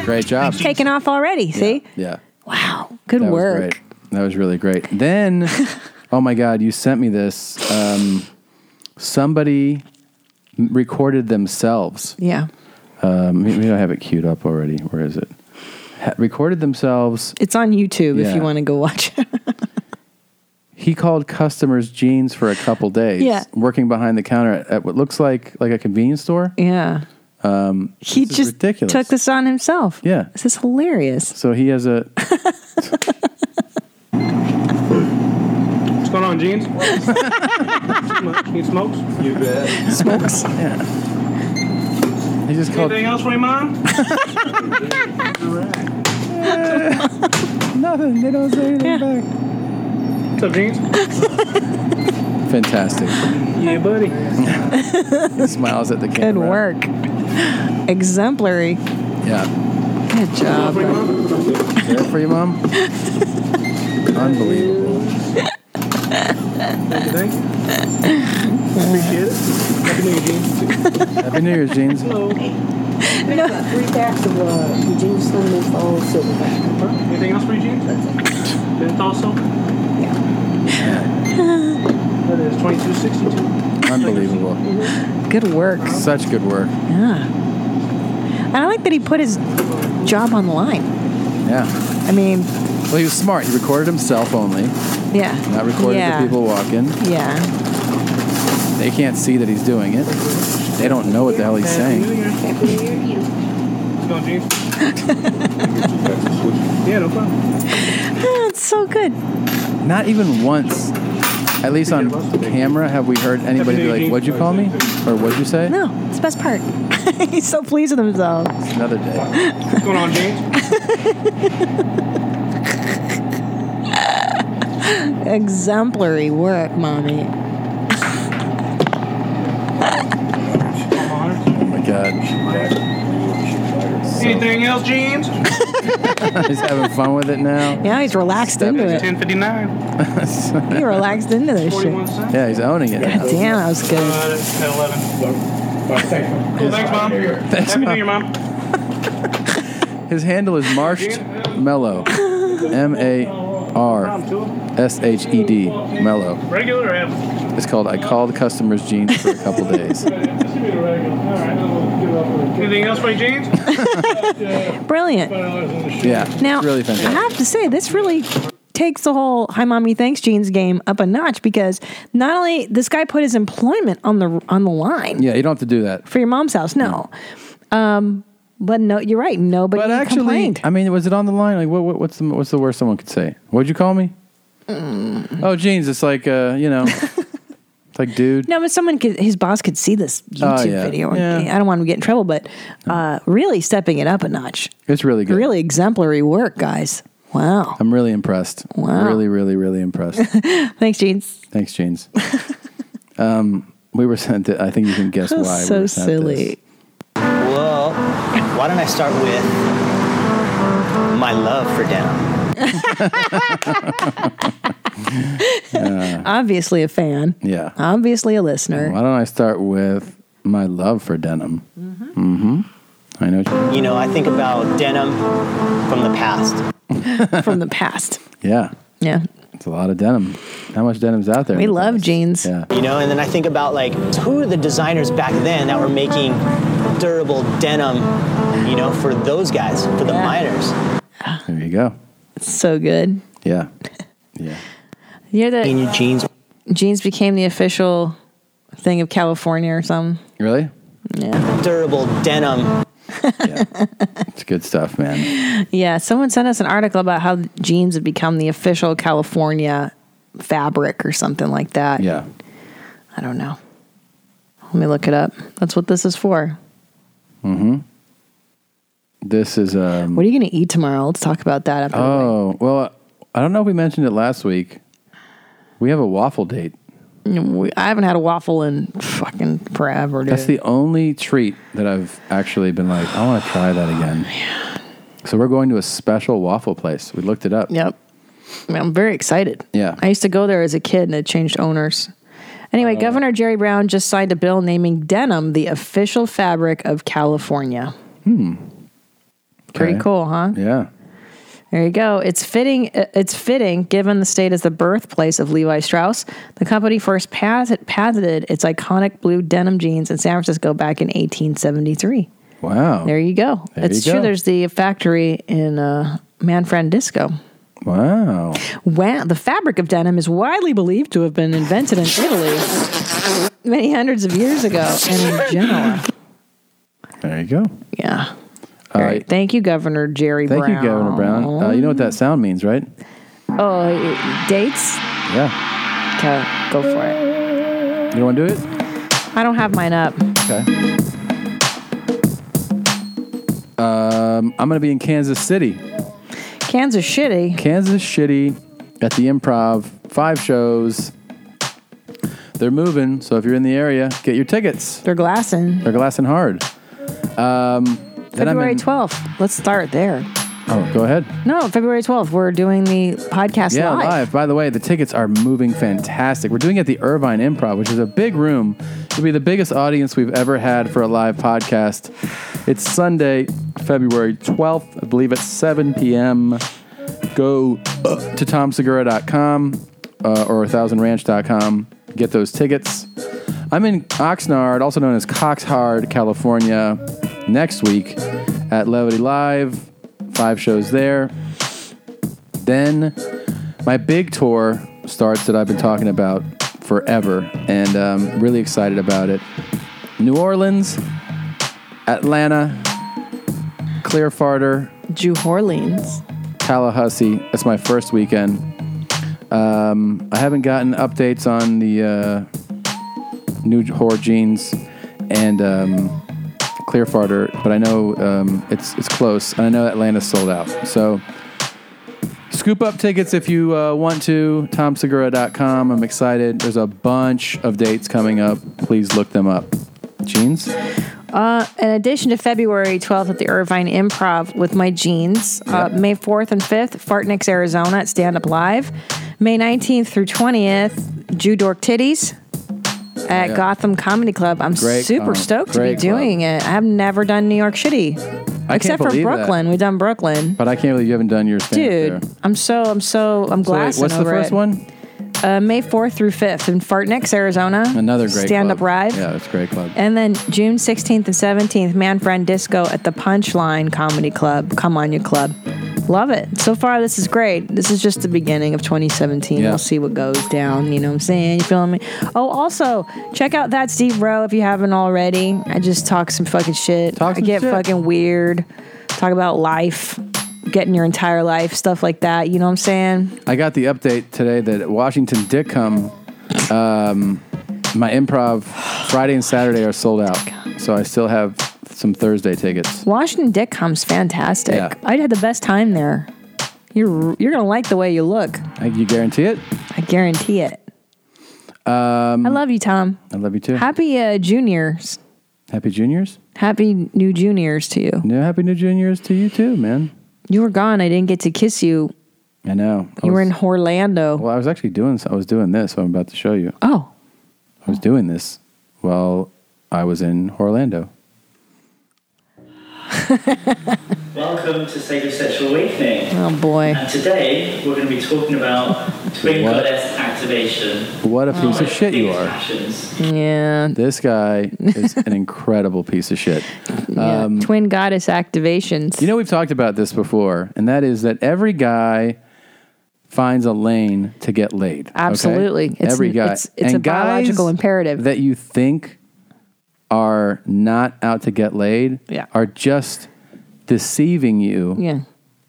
Great job. Taking off already. See? Yeah. Wow. Good that work. Was great. That was really great. Then, oh my God, you sent me this. Um, somebody m- recorded themselves. Yeah. Um, maybe I have it queued up already. Where is it? Ha- recorded themselves. It's on YouTube if Yeah. you want to go watch it. He called customers jeans for a couple days. Yeah. Working behind the counter at, at what looks like like a convenience store. yeah. Um, He this is just ridiculous. took this on himself. Yeah. This is hilarious. So he has a What's going on, jeans? Need smokes? You bet. Smokes. Yeah. He just called. Anything else for you, mom? Nothing. They don't say anything back. What's up, jeans? Fantastic. yeah, buddy. he smiles at the camera. Good work. Exemplary. Yeah. Good job. There for you, mom. Unbelievable. Thank you, thank you. Appreciate it. Happy New Year, jeans. Happy New Year's, jeans. Three packs of uh, Eugene Slim's all silver pack. Anything else for you, jeans? That's also? Yeah. That is 2262. Unbelievable. Good work. Such good work. Yeah. And I like that he put his job on the line. Yeah. I mean, Well, he was smart. He recorded himself only, yeah. not recorded yeah. the people walking. Yeah. They can't see that he's doing it. They don't know what the hell he's saying. Happy New Year to you. What's going on, jeans? yeah, no problem. Ah, it's so good. Not even once, at least on camera, have we heard anybody be like, "What'd you call me?" or "What'd you say?" No, it's the best part. He's so pleased with himself. Another day. What's going on, jeans? Exemplary work, mommy. Oh my god. Oh Anything else, jeans? He's having fun with it now. Yeah, he's relaxed into it. Ten fifty nine. He relaxed into this shit. Yeah, he's owning it. now. God damn, that was good. Uh, at 11. Cool, thanks, Mom. Thanks, Happy Mom. New Year, Mom. His handle is Marshed Mellow. M A R S H E D. Mellow. Regular or absent? It's called I Called Customers Jeans for a couple days. Anything else by James? Brilliant. Yeah. Now, it's really I fantastic. have to say, this really takes the whole "Hi, Mommy, Thanks" jeans game up a notch because not only this guy put his employment on the on the line Yeah, you don't have to do that. for your mom's house. No, um, but no, you're right. Nobody But actually, complained. I mean, was it on the line? Like, what, what, what's the what's the worst someone could say? What'd you call me? Mm. Oh, jeans. It's like, uh, you know, it's like, dude. No, but someone could, his boss could see this YouTube Oh, yeah. video. and Yeah. I don't want him to get in trouble, but uh, really stepping it up a notch. It's really good. Really exemplary work, guys. Wow. I'm really impressed. Wow. Really, really, really impressed. Thanks, Jeans. Thanks, jeans. um, we were sent. It. I think you can guess That's why. so we were sent silly. This. Well, why don't I start with my love for denim? Yeah. Obviously a fan. Yeah. Obviously a listener. Why don't I start with my love for denim? Mm-hmm. I know. What you you know, I think about denim from the past. From the past. Yeah. Yeah. It's a lot of denim. How much denim's out there? We love jeans. Yeah. You know, and then I think about like who are the designers back then that were making durable denim, you know, for those guys, for the miners. There you go. So good. Yeah. You know that In your jeans. Jeans became the official thing of California or something. Really? Yeah. Durable denim. It's good stuff, man. Yeah. Someone sent us an article about how jeans have become the official California fabric or something like that. Yeah. I don't know. Let me look it up. That's what this is for. Mm-hmm. This is um. What are you going to eat tomorrow? Let's talk about that. After Oh well, I don't know if we mentioned it last week. We have a waffle date. We- I haven't had a waffle in fucking forever. Dude. That's the only treat that I've actually been like, I want to try that Oh, again. So we're going to a special waffle place. We looked it up. Yep. I mean, I'm very excited. Yeah. I used to go there as a kid and it changed owners. Oh. Anyway, Governor Jerry Brown just signed a bill naming denim the official fabric of California. Hmm. Pretty Okay. cool, huh? Yeah. There you go. It's fitting. uh, It's fitting, given the state is the birthplace of Levi Strauss. The company first pas- patented its iconic blue denim jeans in San Francisco back in 1873. Wow. There you go. There it's you true. go. There's the factory in uh, Manfred Disco. Wow. Wow, the fabric of denim is widely believed to have been invented in Italy many hundreds of years ago and in Genoa. There you go. Yeah. All All right. right. Thank you, Governor Jerry Thank Brown. you, Governor Brown. Uh, you know what that sound means, right? Oh, it- dates? Yeah. Okay, go for it. You don't want to do it? I don't have mine up. Okay. Um, I'm going to be in Kansas City. Cans are shitty. Kansas Shitty at the Improv. Five shows. They're moving, so if you're in the area, get your tickets. They're glassing. They're glassing hard. Um, then I'm February in- 12th. Let's start there. Oh, go ahead. No, February 12th. We're doing the podcast yeah, live. By the way, the tickets are moving fantastic. We're doing it at the Irvine Improv, which is a big room. It'll be the biggest audience we've ever had for a live podcast. It's Sunday, February 12th, I believe at 7 p.m. Go uh, to tomsegura.com uh, or 1000ranch.com. Get those tickets. I'm in Oxnard, also known as Coxhard, California, next week at Levity Live. Five shows there. Then my big tour starts that I've been talking about forever, and um, really excited about it. New Orleans, Atlanta, Clearfarter, Jew Horleans, Tallahassee. That's my first weekend. Um, I haven't gotten updates on the uh, new whore jeans and um, Clearfarter, but I know um, it's it's close, and I know Atlanta's sold out. So scoop up tickets if you uh, want to. TomSegura.com. I'm excited. There's a bunch of dates coming up. Please look them up. Jeans. Uh, in addition to February 12th at the Irvine Improv with my jeans, uh, May 4th and 5th, Fartnix, Arizona at Stand Up Live. May 19th through 20th, Jew Dork Titties at Yeah. Gotham Comedy Club. I'm Great super club. stoked to be Great club. doing it. I've never done New York I City. can't Except for believe that. Brooklyn. We've done Brooklyn. But I can't believe you haven't done your stand Dude, I'm so, I'm so, I'm So wait, glassing what's the over first it. one? Uh, May 4th through 5th in Fartnix, Arizona. Another great Stand club. Up Live. Yeah, it's a great club. And then June 16th and 17th, Man Friend Disco at the Punchline Comedy Club. Come on, you club. Love it. So far, this is great. This is just the beginning of 2017. Yeah. We'll see what goes down. You know what I'm saying? You feeling me? Oh, also, check out That Steve Rowe if you haven't already. I just talk some fucking shit. I some get shit. fucking weird. Talk about life, getting your entire life, stuff like that. You know what I'm saying? I got the update today that Washington Dickham, um, my improv Friday and Saturday are sold out. So I still have some Thursday tickets. Washington Dick comes fantastic. Yeah. I had the best time there. You're, you're going to like the way you look. I, you guarantee it? I guarantee it. Um, I love you, Tom. I love you too. Happy uh, juniors. Happy juniors. Happy new juniors to you. Yeah, happy new juniors to you too, man. You were gone. I didn't get to kiss you. I know. I You were was- in Orlando. Well, I was actually doing. I was doing this. I'm about to show you. Oh. I was doing this while I was in Orlando. Welcome to Sacred Sexual Awakening. Oh boy. And today we're going to be talking about twin What? goddess activation. What a piece of shit you are. Passions. Yeah. This guy is an incredible piece of shit. Yeah. Um, Twin goddess activations. You know, we've talked about this before, and that is that every guy finds a lane to get laid. okay? Absolutely. It's- every guy. it's- it's and a biological guys imperative. That you think are not out to get laid Yeah. are just deceiving you Yeah.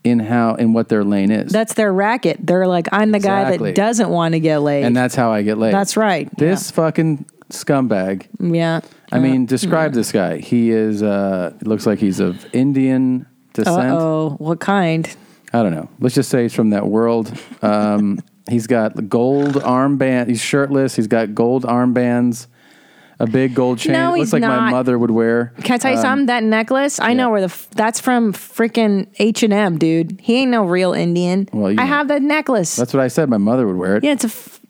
in how in what their lane is. That's their racket. They're like, I'm the guy Exactly. that doesn't want to get laid. and that's how I get laid. That's right. Uh, This fucking scumbag yeah. I mean, describe mm. this guy. He is. Uh, it looks like he's of Indian descent. Uh-oh. What kind? I don't know. Let's just say he's from that world. Um, he's got gold armband. He's shirtless. He's got gold armbands, a big gold chain. No, it looks he's like my not. mother would wear. Can I tell you Um, something? That necklace, I know where the f- that's from. Freaking H and M, dude. He ain't no real Indian. Well, you I know. have that necklace. That's what I said. My mother would wear it. yeah, it's a f-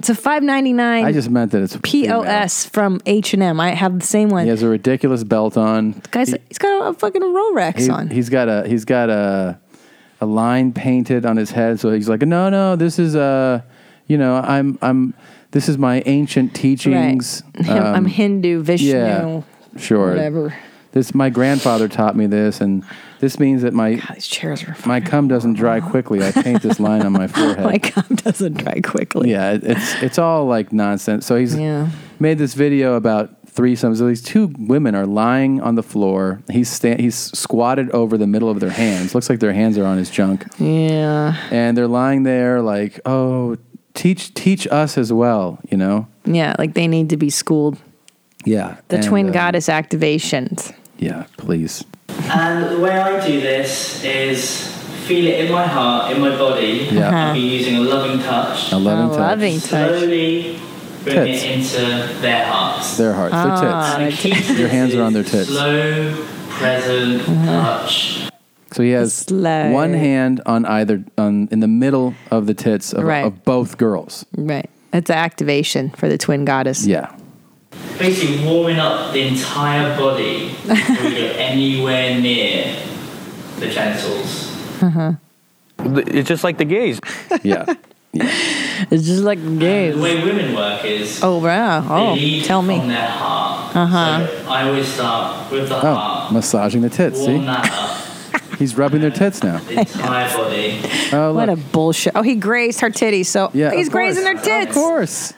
it's a five ninety nine. I just meant that it's female. POS from H and M. I have the same one. He has a ridiculous belt on. Guys, he, has got a, fucking Rolex He- on. He's got a he's got a a line painted on his head, so he's like, no, no, this is uh, you know, I'm I'm this is my ancient teachings. Him- I'm Hindu, Vishnu, um, yeah, sure. whatever. This my grandfather taught me this, and this means that my these chairs are my cum doesn't dry quickly. I paint this line on my forehead. Oh My cum doesn't dry quickly. Yeah, it- it's it's all like nonsense. So he's Yeah. made this video about threesomes. These two women are lying on the floor. He's sta- he's squatted over the middle of their hands. Looks like their hands are on his junk, Yeah. and they're lying there like, oh, teach teach us as well, you know? Yeah, like they need to be schooled. Yeah, The And, twin uh, goddess activations. Yeah, please. And the way I do this is feel it in my heart, in my body. Yeah. Uh-huh. I'll be using a loving touch. A loving A touch. Oh, loving touch. Slowly bring Tits. it into their hearts. Their hearts, Ah, their their tits. tits. Your hands are on their tits. Slow, present touch. So he has Slow. one hand on either on in the middle of the tits of, Right. of both girls. Right. That's the activation for the twin goddess. Yeah. basically warming up the entire body before we get anywhere near the genitals. Uh-huh. It's just like the gays. Yeah. It's just like gays. The way women work is Oh wow! they Oh, lead tell from me. their heart. Uh huh. So I always start with the Oh, heart, massaging the tits. warm See, that up, he's rubbing their tits now. the entire body. Oh, What a bullshit! Oh, he grazed her titties, so Yeah, he's of course. grazing her tits. Of course,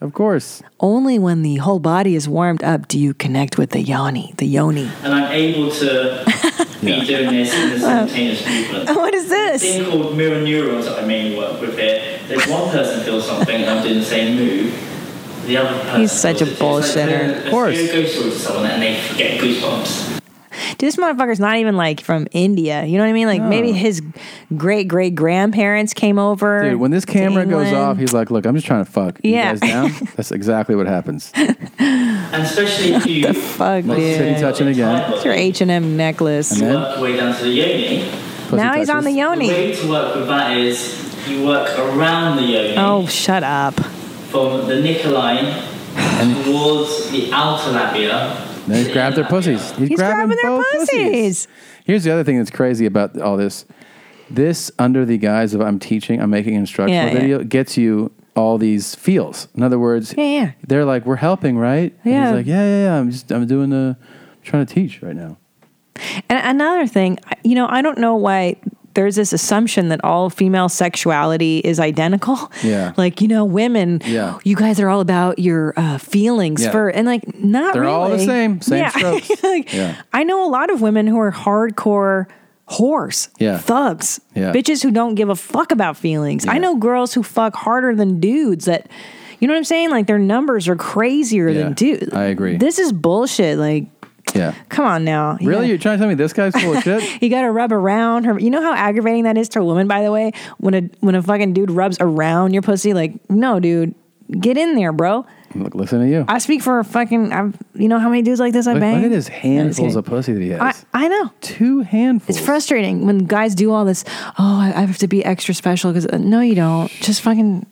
of course. Only when the whole body is warmed up do you connect with the yoni. The yoni. And I'm able to be doing this in a simultaneous movement. What is this? It's a thing called mirror neurons that I mainly work with here. If one person feels something and I'm doing the same move, the other person He's such a feels it too. It's like bullshitter. telling Of a course. scary ghost story to someone and they get goosebumps. Dude, this motherfucker's not even like from India. You know what I mean? Like maybe his great great grandparents came over. Dude, when this to camera goes England. off, he's like, "Look, I'm just trying to fuck you Yeah. guys down." That's exactly what happens. And especially if you the fuck, Not dude. titty touching again. It's your H and M necklace. work way down to the yoni. Now he's on the yoni. The way to work with that is you work around the yoni Oh, shut up. from the Nicoline towards the outer labia. They just grab their pussies. He's, He's grabbing, both pussies. Here's the other thing that's crazy about all this. This, under the guise of I'm teaching, I'm making an instructional Yeah, yeah. video, gets you all these feels. In other words, Yeah, yeah. they're like, we're helping, right? And Yeah. he's like, yeah, yeah, yeah. I'm just, I'm doing the, I'm trying to teach right now. And another thing, I- you know, I don't know why there's this assumption that all female sexuality is identical. Yeah. Like, you know, women, Yeah. you guys are all about your uh, feelings Yeah. for, and like, not They're really. all the same, same yeah. strokes. Like, Yeah. I know a lot of women who are hardcore whores, Yeah. thugs, Yeah. bitches who don't give a fuck about feelings. I know girls who fuck harder than dudes that, you know what I'm saying? Like, their numbers are crazier than dudes. I agree. This is bullshit. Like, Yeah. come on now. You Really? gotta- You're trying to tell me this guy's full of shit? you got to rub around her. You know how aggravating that is to a woman, by the way. When a when a fucking dude rubs around your pussy, like, no, dude, get in there, bro. Look, listen to you. I speak for a fucking. I've you know how many dudes like this I Look, bang. look at his handfuls kidding. of pussy that he has. I, I know two handfuls. It's frustrating when guys do all this. Oh, I, I have to be extra special because no, you don't. Just fucking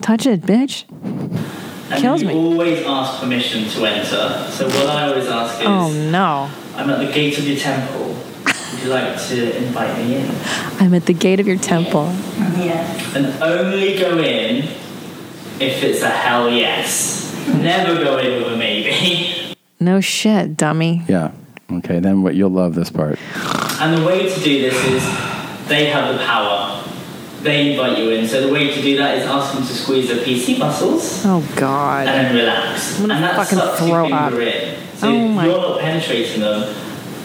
touch it, bitch. And Kills you me. always ask permission to enter. So what I always ask is, Oh no, I'm at the gate of your temple. Would you like to invite me in? I'm at the gate of your temple. And only go in if it's a hell yes. Never go in with a maybe. No shit, dummy. Yeah. Okay. Then what? You'll love this part. And the way to do this is they have the power. They invite you in. So the way to do that is ask them to squeeze their PC muscles Oh god. and then relax. I'm gonna and that fucking sucks your throw finger up. in. So Oh my- you're not penetrating them,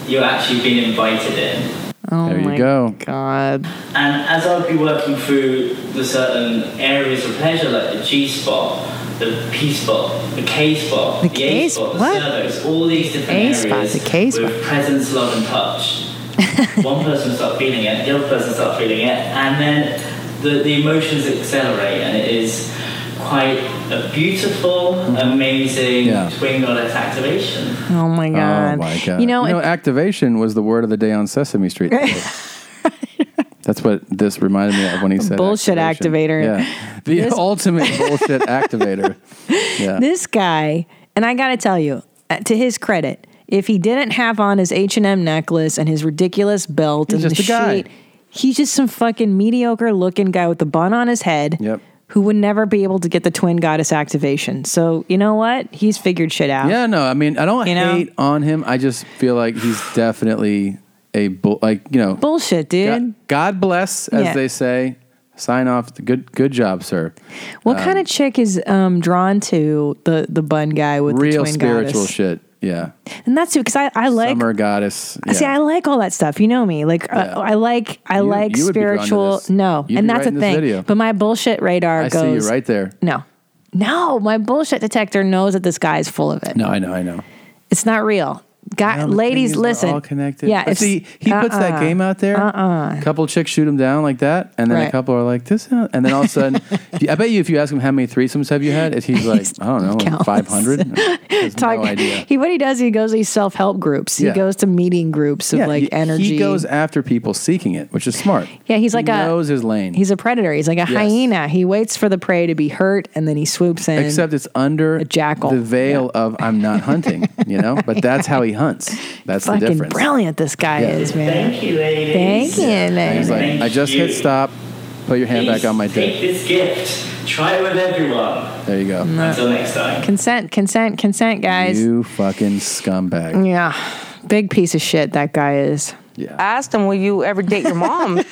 you're actually being invited in. Oh there my you go. God. And as I'd be working through the certain areas of pleasure, like the G spot, the P spot, the K spot, The the, K A spot, what? the cervix, all these different A areas spot, the K spot. with presence, love, and touch. One person starts feeling it, the other person starts feeling it, and then the, the emotions accelerate, and it is quite a beautiful, Mm-hmm. amazing Yeah. twin goddess activation. Oh my god. Oh my god. You know, it- activation was the word of the day on Sesame Street. That's what this reminded me of when he said Bullshit activator. Yeah. The This- ultimate bullshit activator. Yeah. this guy, and I got to tell you, uh, to his credit, if he didn't have on his H and M necklace and his ridiculous belt He's and just the a guy. sheet, he's just some fucking mediocre looking guy with a bun on his head. Yep. Who would never be able to get the twin goddess activation. So you know what? He's figured shit out. Yeah, no, I mean, I don't You know? hate on him. I just feel like he's definitely a bull, like, you know, Bullshit, dude. God, God bless, as Yeah. they say. Sign off. Good, good job, sir. What Um, kind of chick is um, drawn to the the bun guy with the real twin spiritual goddess? shit? Yeah, And that's because I, I like summer goddess. Yeah. See, I like all that stuff. You know me. Like uh, I like I You- like you would be drawn to spiritual. this. No, You'd and be that's right in the this thing. video. But my bullshit radar I goes. see you right there. No, no, my bullshit detector knows that this guy is full of it. No, I know, I know. It's not real. Guy, No, the thing ladies, is, they're listen. all connected. Yeah, But if- see, he puts that uh-uh. game out there. Uh-uh. A couple chicks shoot him down like that, and then Right. a couple are like this, uh, and then all of a sudden, if you- I bet you if you ask him how many threesomes have you had, if he's like, I don't know, five hundred. Talk, idea. He what he does, he goes to these self help groups. He Yeah. goes to meeting groups of like energy. He goes after people seeking it, which is smart. Yeah, he's like he a- knows his lane, He's a predator. He's like Yes. a hyena. He waits for the prey to be hurt and then he swoops in. except it's under a jackal. the veil of I'm not hunting, you know. But that's how he hunts. That's the fucking difference. brilliant this guy Yeah. is, man. Thank you, ladies. Thank you, He's ladies. like, I just hit stop. Put your hand back on my Take dick. this gift, try it with everyone. There you go. Until next time. Consent, consent, consent, guys. You fucking scumbag. yeah. Big piece of shit that guy is. Yeah. I asked him, "Will you ever date your mom?"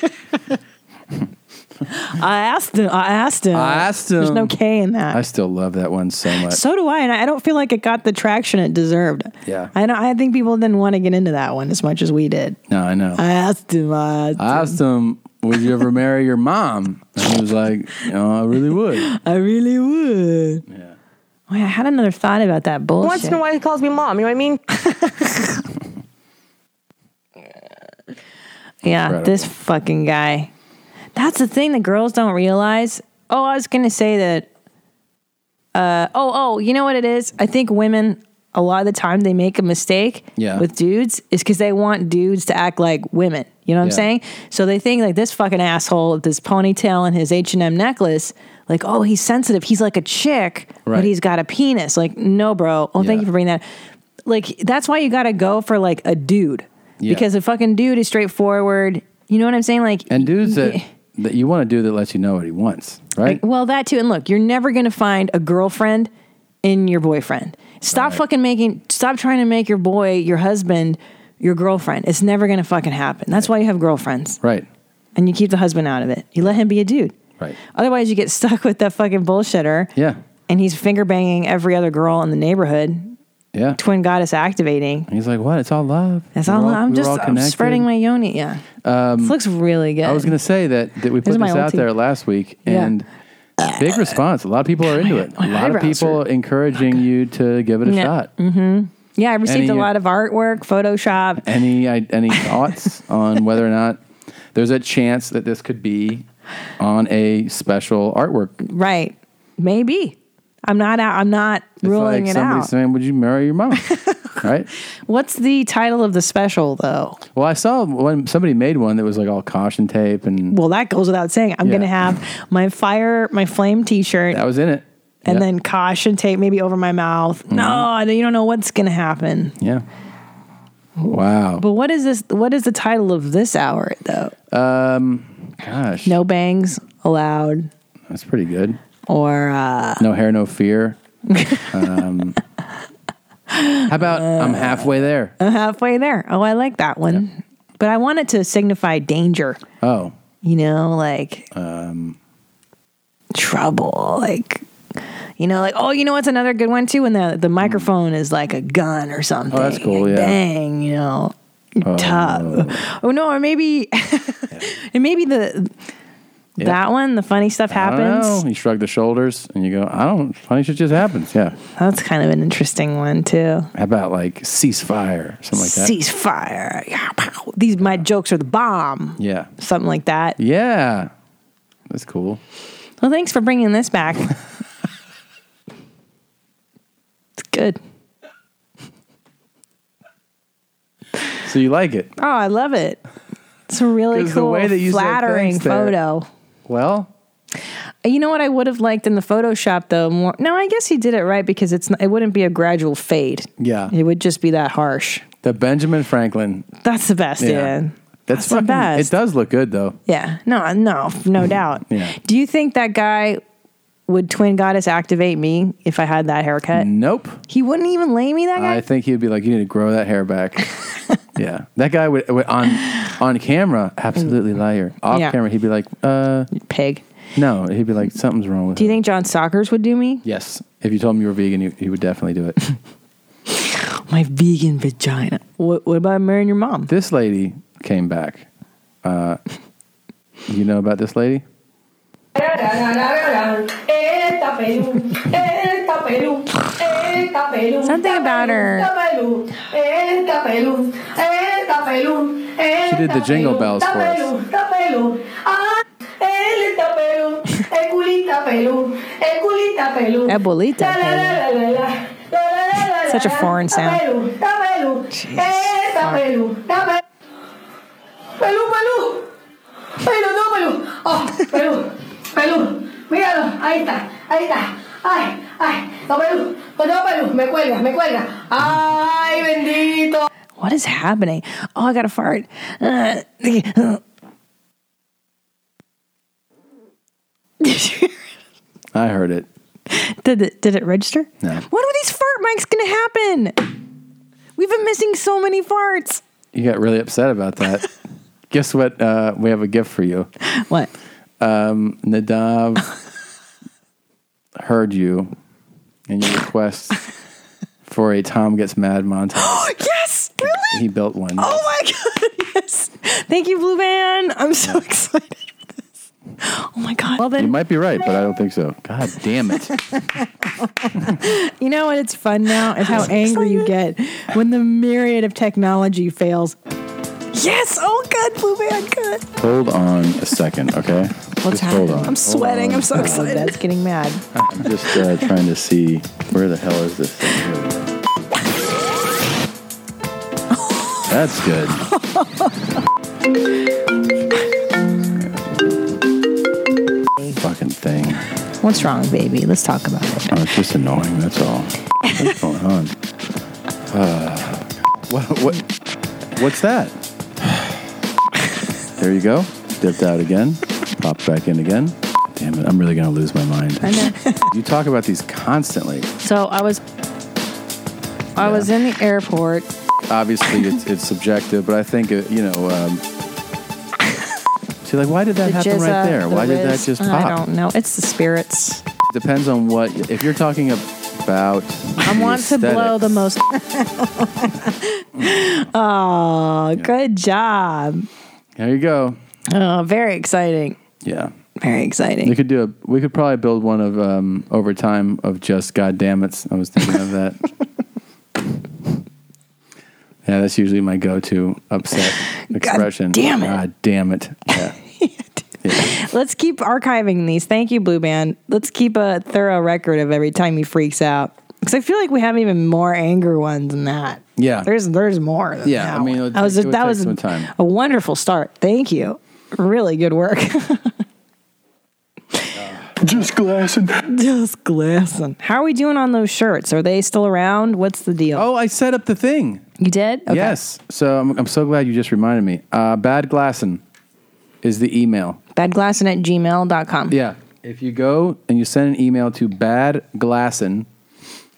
I asked him. I asked him. I asked him. Uh, There's no K in that. I still love that one so much. so do I, and I don't feel like it got the traction it deserved. yeah. I don't, I think people didn't want to get into that one as much as we did. No, I know. I asked him. I asked, I asked him, "Would you ever marry your mom?" And he was like, "No, I really would." I really would. Yeah. Wait, I had another thought about that bullshit. Once in a while, he calls me mom. You know what I mean? Yeah, this fucking guy. That's the thing that girls don't realize. Oh, I was gonna say that. Uh, oh, oh, you know what it is? I think women a lot of the time they make a mistake Yeah. with dudes is because they want dudes to act like women. You know what I'm Yeah. saying? So they think like this fucking asshole with this ponytail and his H and M necklace, like oh he's sensitive, he's like a chick, Right. but he's got a penis. Like no, bro. Oh, thank you for bringing that. Like that's why you got to go for like a dude Yeah. because a fucking dude is straightforward. You know what I'm saying? Like And dudes that, that you want to do that lets you know what he wants, right? like, well, that too. And look, you're never going to find a girlfriend in your boyfriend. Stop fucking making, stop trying to make your boy, your husband, your girlfriend. It's never going to fucking happen. That's why you have girlfriends. Right. And you keep the husband out of it. You let him be a dude. Right. Otherwise, you get stuck with that fucking bullshitter Yeah. and he's finger banging every other girl in the neighborhood. Yeah. Twin goddess activating. And he's like, what? It's all love. That's We're all. I'm we're just all I'm connected. spreading my yoni. Yeah. Um, this looks really good. I was going to say that, that we This put is my this old out tea. there last week Yeah. and big response. A lot of people are into it. A lot of eyebrows people encouraging you to give it a shot. Mm-hmm. Yeah, I received Any- a lot of artwork, Photoshop. Any I- any thoughts on whether or not there's a chance that this could be on a special artwork? Right. Maybe. I'm not out. I'm not ruling like it somebody out. saying, "Would you marry your mom?" right? What's the title of the special though? Well, I saw one. Somebody made one that was like all caution tape and Well, that goes without saying. I'm Yeah. gonna have my fire, my flame T-shirt. that was in it. Yeah. and Mm-hmm. then caution tape maybe over my mouth. No, I don't- you don't know what's gonna happen. yeah. Wow. But what is this? What is the title of this hour though? Um, gosh, No bangs allowed, that's pretty good. or uh, No hair, no fear. um, how about I'm halfway there? I'm halfway there. Oh, I like that one, but I want it to signify danger. Oh, You know, like um, trouble, like you know, like oh, you know what's another good one too? When the the microphone is like a gun or something. Oh, that's cool, yeah. Dang, you know, Oh. tough. Oh no, or maybe, and maybe the Yeah. that one, the funny stuff I don't happens. know. You shrug the shoulders and you go, I don't. Funny shit just happens. Yeah. That's kind of an interesting one too. How about like ceasefire, something like that? Ceasefire. Yeah, pow. These my jokes are the bomb. Yeah. Something like that. Yeah. That's cool. Well, thanks for bringing this back. it's good. So you like it? Oh, I love it. It's a really 'Cause the cool, way that you said flattering thanks there- photo. Well, You know what I would have liked in the Photoshop though? More, no, I guess he did it right because it's not, it wouldn't be a gradual fade. yeah. It would just be that harsh. The Benjamin Franklin. That's the best. Yeah. That's, That's the fucking. best. It does look good though. Yeah. No, no, no doubt. Yeah. Do you think that guy would twin goddess activate me if I had that haircut? Nope. He wouldn't even lay me that guy. Mm. I think he'd be like, you need to grow that hair back. yeah. That guy would, would on on camera absolutely liar. Off Mm. Yeah. camera, he'd be like, uh, pig. No, he'd be like, something's wrong with. Do you think John Sockers would do me? Yes. If you told him you were vegan, you, he would definitely do it. My vegan vagina. What, what about marrying your mom? This lady came back. Uh, you know about this lady? Something about her. She She did the jingle bells for us. Ah, Abuelita Such a foreign sound. Pelu, pelu. Pelu, no, pelu. Oh, pelu, pelu. Míralo, ahí está, ahí está. Ay, ay, no, pelu. No, no, pelu. Me cuelga, me cuelga. Ay, bendito. What is happening? Oh, I got to fart. Uh, I heard it. did it? Did it register? No. When are these fart mics gonna happen? We've been missing so many farts. You got really upset about that. Guess what? Uh, we have a gift for you. What? Um, Nadav heard you and your request for a Tom Gets Mad montage. Oh, yes, really? He built one. Oh my god, yes! Thank you, Blue Van. I'm so excited for this. Oh my god. Well You then, might be right, but I don't think so. God damn it. you know what? It's fun now is how angry you get when the myriad of technology fails. Yes! Oh god, Blue Van, good. Hold on a second, okay? What's Just hold happening? on. I'm Hold sweating. on. I'm so Hold on. excited. That's getting mad. I'm just uh, trying to see where the hell is this thing? Here we go. That's good. Fucking thing. What's wrong, baby? Let's talk about it. Oh, it's just annoying. That's all. What's going on? Uh, what, what? What's that? There you go. Dipped out again. Popped back in again. Damn it! I'm really gonna lose my mind. I know. You talk about these constantly. So I was, I was in the airport. Obviously, it's, it's subjective, but I think uh, you know. Um, see, like, why did that The happen jizza, right there? the Why did that whiz. just I pop? don't know. It's the spirits. Depends on what. If you're talking about, I want to blow the most. oh, good job. There you go. Oh, very exciting. Yeah. Very exciting. We could do a. We could probably build one of um, over time of just goddammits. I was thinking of that. yeah, that's usually my go-to upset expression. damn it. God damn it. Yeah. Let's keep archiving these. Thank you, Blue Band. Let's keep a thorough record of every time he freaks out. Because I feel like we have even more anger ones than that. Yeah. There's there's more. Than Yeah, that I mean, it one. would that was take- it would that take was some time. a wonderful start. Thank you. Really good work. Just glassing. Just glassing. How are we doing on those shirts? Are they still around? What's the deal? Oh, I set up the thing. You did? Yes. So I'm, I'm so glad you just reminded me. Uh, Bad Glassin is the email. Badglassin at gmail.com. Yeah. If you go and you send an email to Bad Glassin,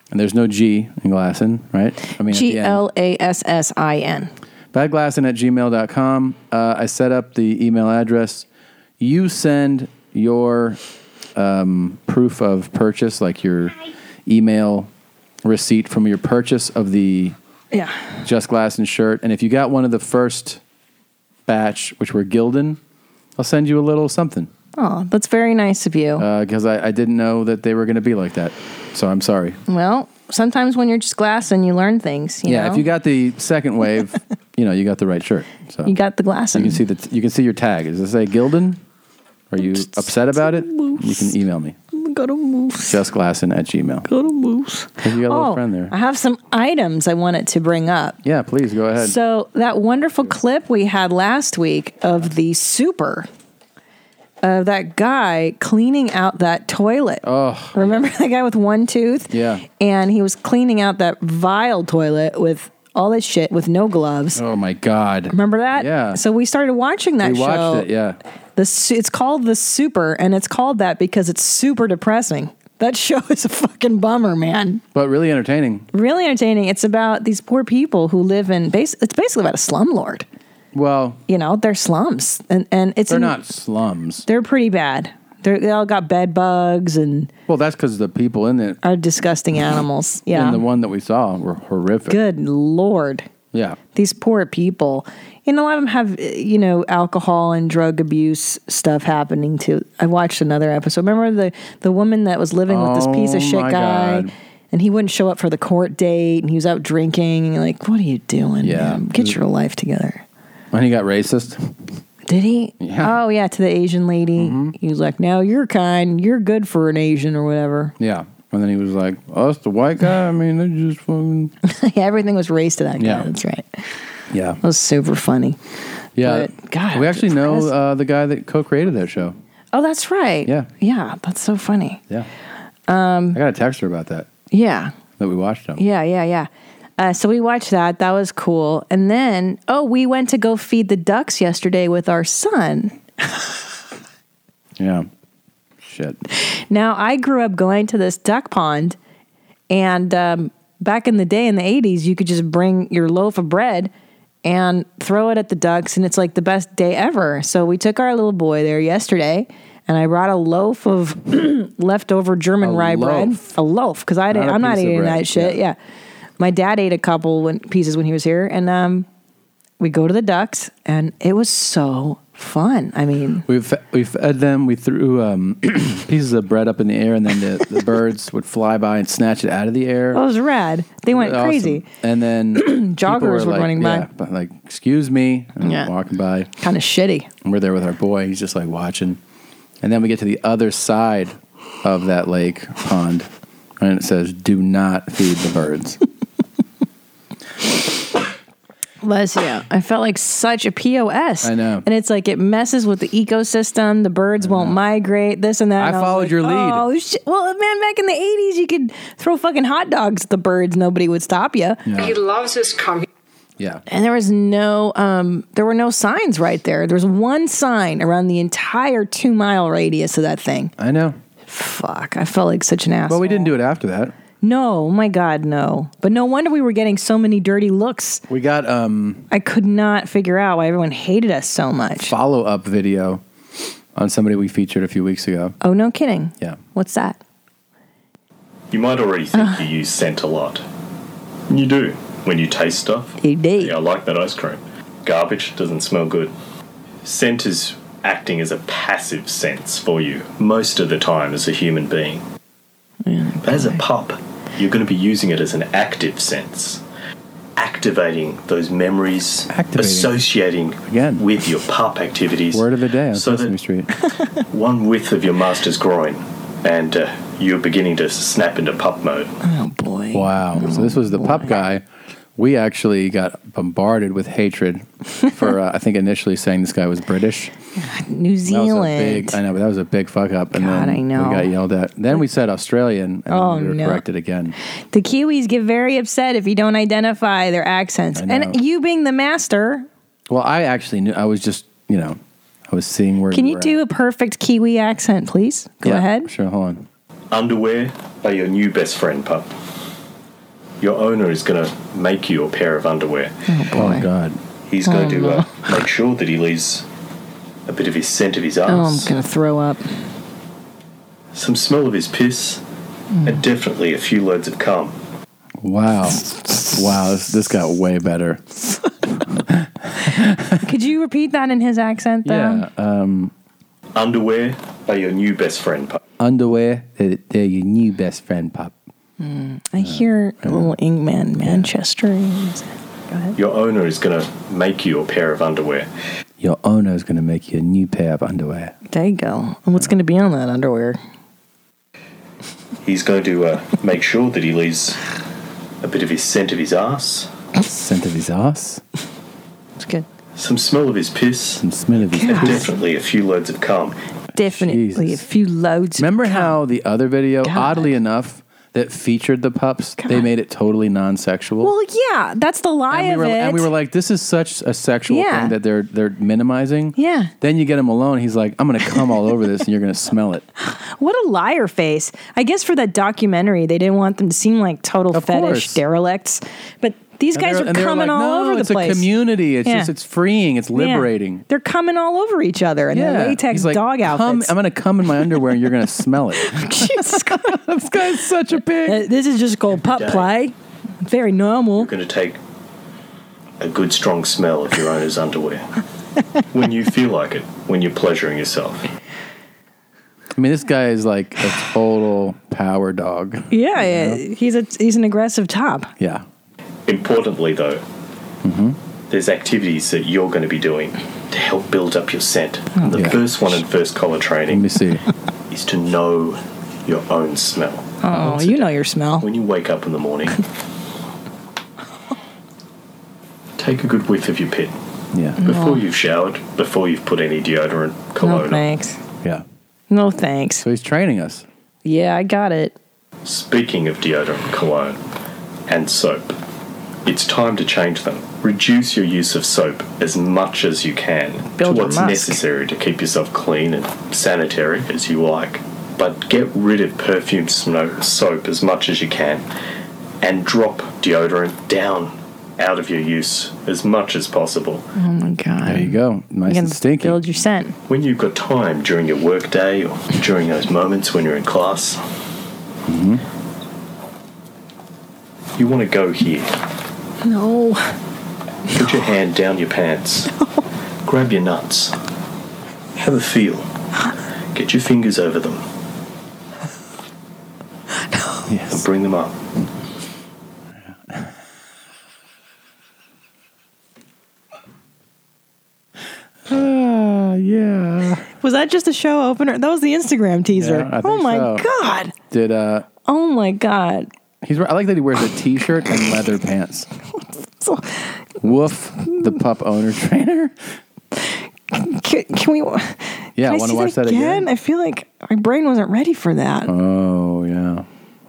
and there's no G in Glassin, right? I mean, at the G end. L A S S I N. badglassin at gmail.com. Uh, I set up the email address. You send your um, proof of purchase, like your email receipt from your purchase of the Yeah. Just Glassin shirt. And if you got one of the first batch, which were Gildan, I'll send you a little something Oh, that's very nice of you. because I, I didn't know that they were going to be like that. So I'm sorry. well, sometimes when you're just glassing, you learn things. You yeah, know? if you got the second wave, you know you got the right shirt. So You got the glasses. You can see the you can see your tag. Does it say Gildan? Are you upset about it? You can email me. Got a moose. Just Glasson at Gmail. Got a moose. You got a little Oh, friend there. I have some items I wanted to bring up. Yeah, please go ahead. So that wonderful clip we had last week of the super of that guy cleaning out that toilet. Oh, remember that guy with one tooth? yeah. And he was cleaning out that vile toilet with all this shit with no gloves. Oh my God. Remember that? Yeah. So we started watching that we watched show. it. Yeah. The su- it's called the super, and it's called that because it's super depressing. That show is a fucking bummer, man. But really entertaining. Really entertaining. It's about these poor people who live in base. It's basically about a slumlord. Well, You know, they're slums, and and it's they're in- not slums. They're pretty bad. They're, they all got bed bugs and Well, that's because the people in it are disgusting animals. Yeah. And the one that we saw were horrific. Good lord. Yeah. these poor people and a lot of them have you know alcohol and drug abuse stuff happening too i watched another episode remember the the woman that was living with this piece of Oh, shit my guy God. and he wouldn't show up for the court date and he was out drinking and you're like what are you doing Yeah. man? get your life together When he got racist. did he Yeah. Mm-hmm. oh yeah to the asian lady he was like no you're kind you're good for an asian or whatever Yeah. And then he was like, us, the white guy? I mean, they just fucking. everything was raised to that guy Yeah. that's right Yeah. that was super funny Yeah. But, God, we actually know depressed. uh, the guy that co created that show. oh that's right Yeah. yeah that's so funny Yeah. um I got a text her about that, Yeah. that we watched him. Yeah, yeah, yeah. Uh, so we watched that. That was cool. And then, oh, we went to go feed the ducks yesterday with our son. Yeah. Shit. Now, I grew up going to this duck pond, and um, back in the day in the 80s, you could just bring your loaf of bread and throw it at the ducks, and it's like the best day ever. So we took our little boy there yesterday. And I brought a loaf of leftover German A rye bread, loaf. a loaf, because I didn't. Not a I'm not piece of eating bread, that shit. Yeah. my dad ate a couple when, pieces when he was here, and um, we go to the ducks, and it was so fun. I mean, We, fe- we fed them, we threw um, pieces of bread up in the air, and then the, the birds would fly by and snatch it out of the air. it was rad. They went Awesome. crazy. And then Joggers people were running by. yeah, but like, excuse me. And Yeah. Walking by. Kind of shitty. And we're there with our boy. He's just like watching. And then we get to the other side of that lake pond. And it says, do not feed the birds. Lesio. I felt like such a POS. I know. And it's like it messes with the ecosystem. The birds won't migrate, this and that. I And was followed like, your lead. Oh, shit. Well, man, back in the 80s, you could throw fucking hot dogs at the birds. Nobody would stop you. Yeah. He loves his comedy. Yeah. And there was no, um, there were no signs right there. There was one sign around the entire two mile radius of that thing. I know. Fuck. I felt like such an asshole. Well, we didn't do it after that. No, Oh my God, no. But no wonder we were getting so many dirty looks. We got um I could not figure out why everyone hated us so much. Follow up video on somebody we featured a few weeks ago. Oh, no kidding. Yeah. What's that? You might already think you use scent a lot. You do when you taste stuff. You do. Yeah, I like that ice cream. Garbage doesn't smell good. Scent is acting as a passive sense for you most of the time as a human being. but as a pup, you're going to be using it as an active sense, activating those memories, associating with your pup activities. Word of the day on So that- Sesame Street. one width of your master's groin, and uh, you're beginning to snap into pup mode. Oh boy! Wow. so this was the pup guy. We actually got bombarded with hatred for uh, I think initially saying this guy was British. New That was Zealand. a big, I know, but that was a big fuck up. And God, then I know. we got yelled at. Then we said Australian, and Oh, we were no. corrected again. The Kiwis get very upset if you don't identify their accents. I know. And you being the master, Well, I actually knew. I was just, you know, I was seeing where. can we you were do a perfect Kiwi accent, please? Go Yeah. ahead. Sure, hold on. Underwear are your new best friend, pup. Your owner is going to make you a pair of underwear. Oh, boy. God. He's Oh, going to uh, no. make sure that he leaves a bit of his scent of his Oh, I'm ass, going to throw up. some smell of his piss, Hmm. and definitely a few loads of cum. Wow. wow. This, this got way better. Could you repeat that in his accent, though? Um, Underwear are your new best friend, pup. underwear, they're, they're your new best friend, pup. Hmm. I hear a little Ingman Manchester. Go ahead. Your owner is going to make you a pair of underwear. Your owner's going to make you a new pair of underwear. There you go. And what's going to be on that underwear? He's going to uh, make sure that he leaves a bit of his scent of his ass, Scent of his ass. It's good. some smell of his piss, some smell of his and piss. definitely a few loads of cum. Definitely a few loads. Remember how the other video, oddly enough, that featured the pups, they made it totally non-sexual. Well, yeah, that's the lie and, we were, of it. and we were like, "This is such a sexual Yeah. thing that they're they're minimizing." Yeah. Then you get him alone. He's like, "I'm going to come all over this, and you're going to smell it." What a liar face. I guess for that documentary, they didn't want them to seem like total fetish course. derelicts. But these And guys they're- are and they were coming like, all "No, over it's the place. a community. It's Yeah. just it's freeing. It's Yeah. liberating." They're coming all over each other in their latex He's like, dog "Come- outfits. I'm going to come in my underwear, and you're going to smell it. Jesus Christ. this guy's such a pig. this is just called pup Every day. play. Very normal. Going to take a good strong smell of your owner's underwear when you feel like it, when you're pleasuring yourself. I mean, this guy is like a total power dog. Yeah, yeah, he's a he's an aggressive top. Yeah. Importantly, though, there's activities that you're going to be doing to help build up your scent. And the Yeah. first one in first collar training is to know your own smell. Oh, you know your smell. When you wake up in the morning, take a good whiff of your pit. Yeah. Before No. you've showered, before you've put any deodorant, No cologne, on. thanks. Yeah. No thanks. So he's training us. Yeah, I got it. Speaking of deodorant, cologne, and soap, it's time to change them. Reduce your use of soap as much as you can Build to your what's musk. necessary to keep yourself clean and sanitary as you like. But get rid of perfume sno- soap as much as you can and drop deodorant down out of your use as much as possible. Oh my god. There you go. Nice and stinky. Build your scent. When you've got time during your workday or during those moments when you're in class, Mm-hmm. you want to go here. No. Put your hand down your pants. Grab your nuts. Have a feel. Get your fingers over them. And bring them up. Ah, yeah. Was that just a show opener? That was the Instagram teaser. Yeah, I oh think my so. god. Did uh, Oh my god. he's? I like that he wears a t-shirt and leather pants. Woof, the pup owner trainer. Can, can we? Yeah, Yeah, I want to see watch that again? I feel like my brain wasn't ready for that. Oh yeah.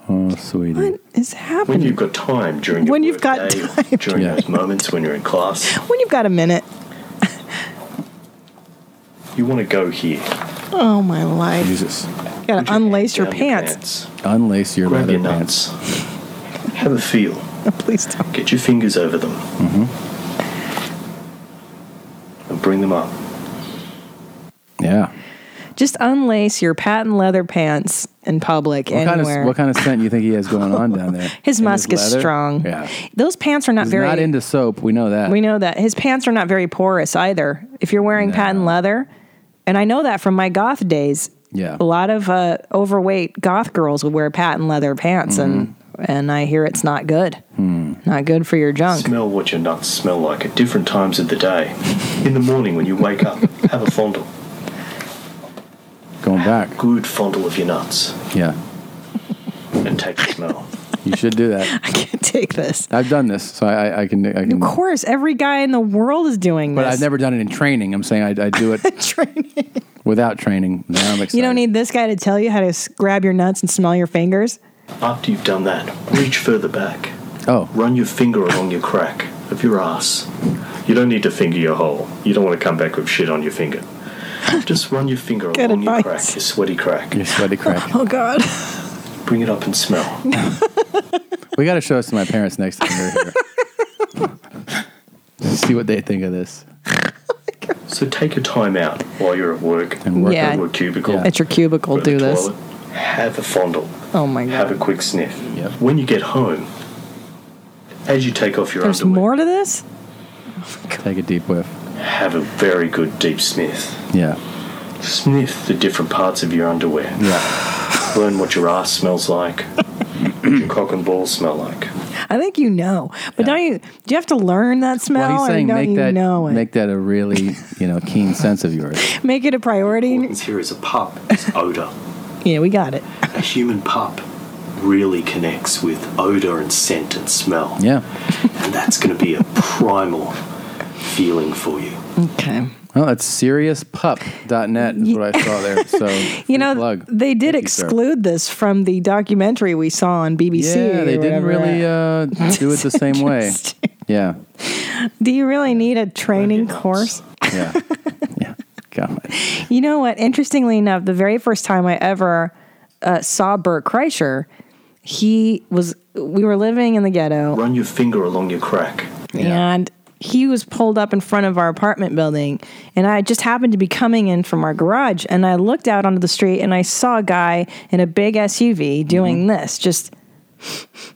Oh sweetie. What is When happening? you've got time during your When you've got workday, during those moments when you're in class, When you've got a minute. you want to go here. Oh my life! Jesus. You gotta unlace your pants. Unlace your Grab your nuts. Have a feel. Please don't. Get your fingers over them. Mm-hmm. And bring them up. Yeah. Just unlace your patent leather pants in public What kind, anywhere. of, what kind of scent you think he has going on down there? His In musk is leather? strong. Yeah. Those pants are not He's very. not into soap. We know that. we know that his pants are not very porous either. If you're wearing patent leather, and I know that from my goth days. Yeah. A lot of uh, overweight goth girls would wear patent leather pants, Mm-hmm. and and I hear it's not good. Hmm. Not good for your junk. Smell what your nuts smell like at different times of the day. In the morning when you wake up, have a fondle. Going back. good fondle of your nuts Yeah. and take the smell. You should do that. I can't take this. I've done this, so I, I, I can. I can. Of course, every guy in the world is doing But this. I've never done it in training. I'm saying I, I do it without training. Now I'm You excited. don't need this guy to tell you how to s- grab your nuts and smell your fingers. After you've done that, reach further back. Oh. Run your finger along your crack of your ass. You don't need to finger your hole. You don't want to come back with shit on your finger. Just run your finger Good along your advice. crack, your sweaty crack. Your sweaty crack. Oh God. Bring it up and smell. We got to show this to my parents next time they're here. See what they think of this. So take a time out while you're at work and work Yeah. at your cubicle. At your cubicle, Go to do the this. toilet, Have a fondle. Oh my God. Have a quick sniff. When you get home, as you take off your There's underwear, more to this? Take a deep whiff. have a very good deep sniff. Yeah. Sniff the different parts of your underwear. Yeah. Learn what your ass smells like. what your cock and balls smell like. I think you know. But don't you do you have to learn that smell well, he's saying or don't make you that know it? Make, make that a really you know keen sense of yours. it a priority. Here is a pup. It's odor. Yeah, we got it. A human pup really connects with odor and scent and smell. Yeah. And that's going to be a primal feeling for you. Okay. Well, that's seriouspup.net is what I saw there. So You know, plug. they did Thank you, sir. exclude this from the documentary we saw on BBC. yeah, or they didn't whatever. really uh, do it the same way. Yeah, Do you really need a training course? yeah, yeah. God. You know what? Interestingly enough, the very first time I ever uh, saw Bert Kreischer, he was we were living in the ghetto, Run your finger along your crack. and he was pulled up in front of our apartment building, and I just happened to be coming in from our garage, and I looked out onto the street, and I saw a guy in a big SUV doing this, just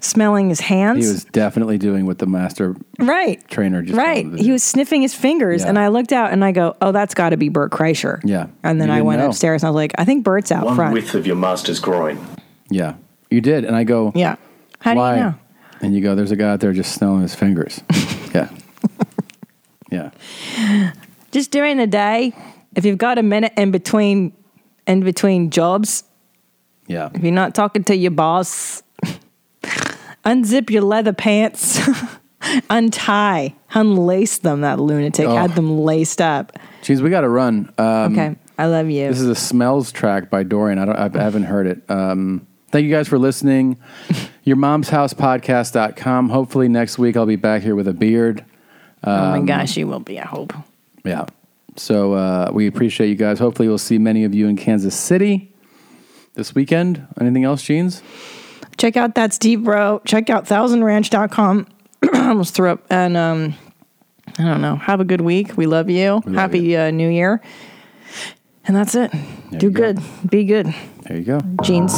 smelling his Mm-hmm. He hands. was definitely doing what the master right. trainer just Right. told him to He was sniffing his fingers, Yeah. and I looked out and I go, Oh, that's got to be Bert Kreischer. do. Yeah, And then You I didn't went know. upstairs and I was like, I think Bert's out One front. width of your master's groin. Yeah, you did, and I go. Yeah. How do you Why? know? And you go, there's a guy out there just smelling his fingers. yeah, yeah. Just during the day, if you've got a minute in between in between jobs, yeah. If you're not talking to your boss, unzip your leather pants, untie, unlace them. That lunatic had Oh. them laced up. Jeez, we got to run. Um, okay, I love you. This is a smells track by Dorian. I don't, I've- I haven't heard it. Um, thank you guys for listening. Your mom's house podcast.com. Hopefully next week I'll be back here with a beard. oh my Um, gosh, you will be. I hope. Yeah. So uh, we appreciate you guys. Hopefully we'll see many of you in Kansas City this weekend. Anything else, Jeans? Check out that's deep bro. Check out thousandranch.com. I almost threw up. And um, I don't know. Have a good week. We love you. Happy Uh, New Year. And that's it. Do good. Be good. There you go. Jeans.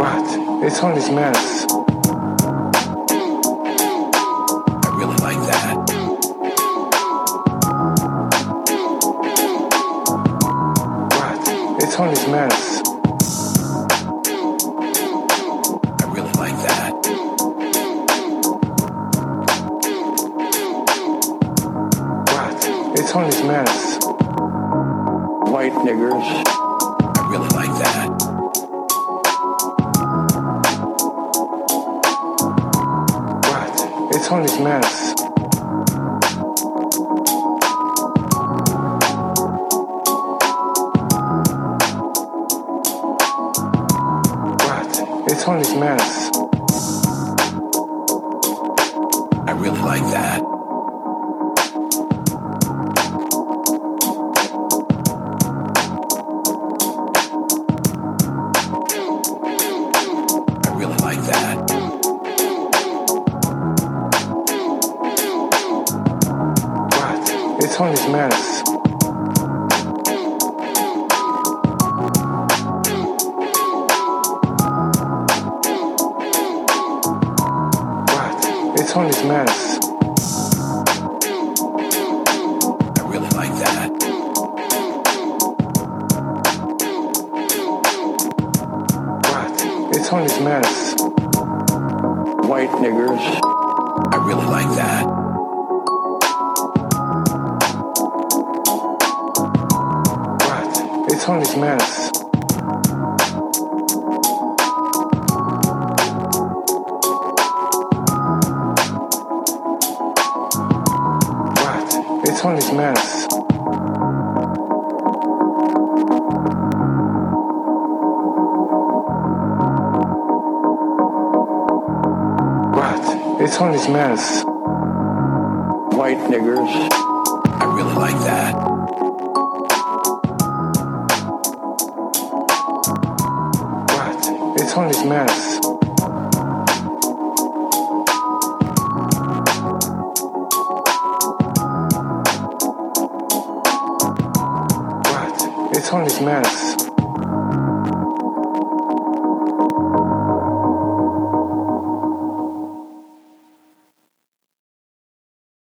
What? It's all this mess. I really like that. What? It's all this mess. I really like that. What? It's all this mess. White niggers. I really like that. one is mass. What? This one is mass. I really like that. I really like that. What? This one is mass. What? This one is mass. I really like that. What? This one is mass. White niggers. I really like that. What? This one is mass. What? This one is mass. What? This one is mass. White niggers. I really like that. What? This one is mass. What? This one is mass.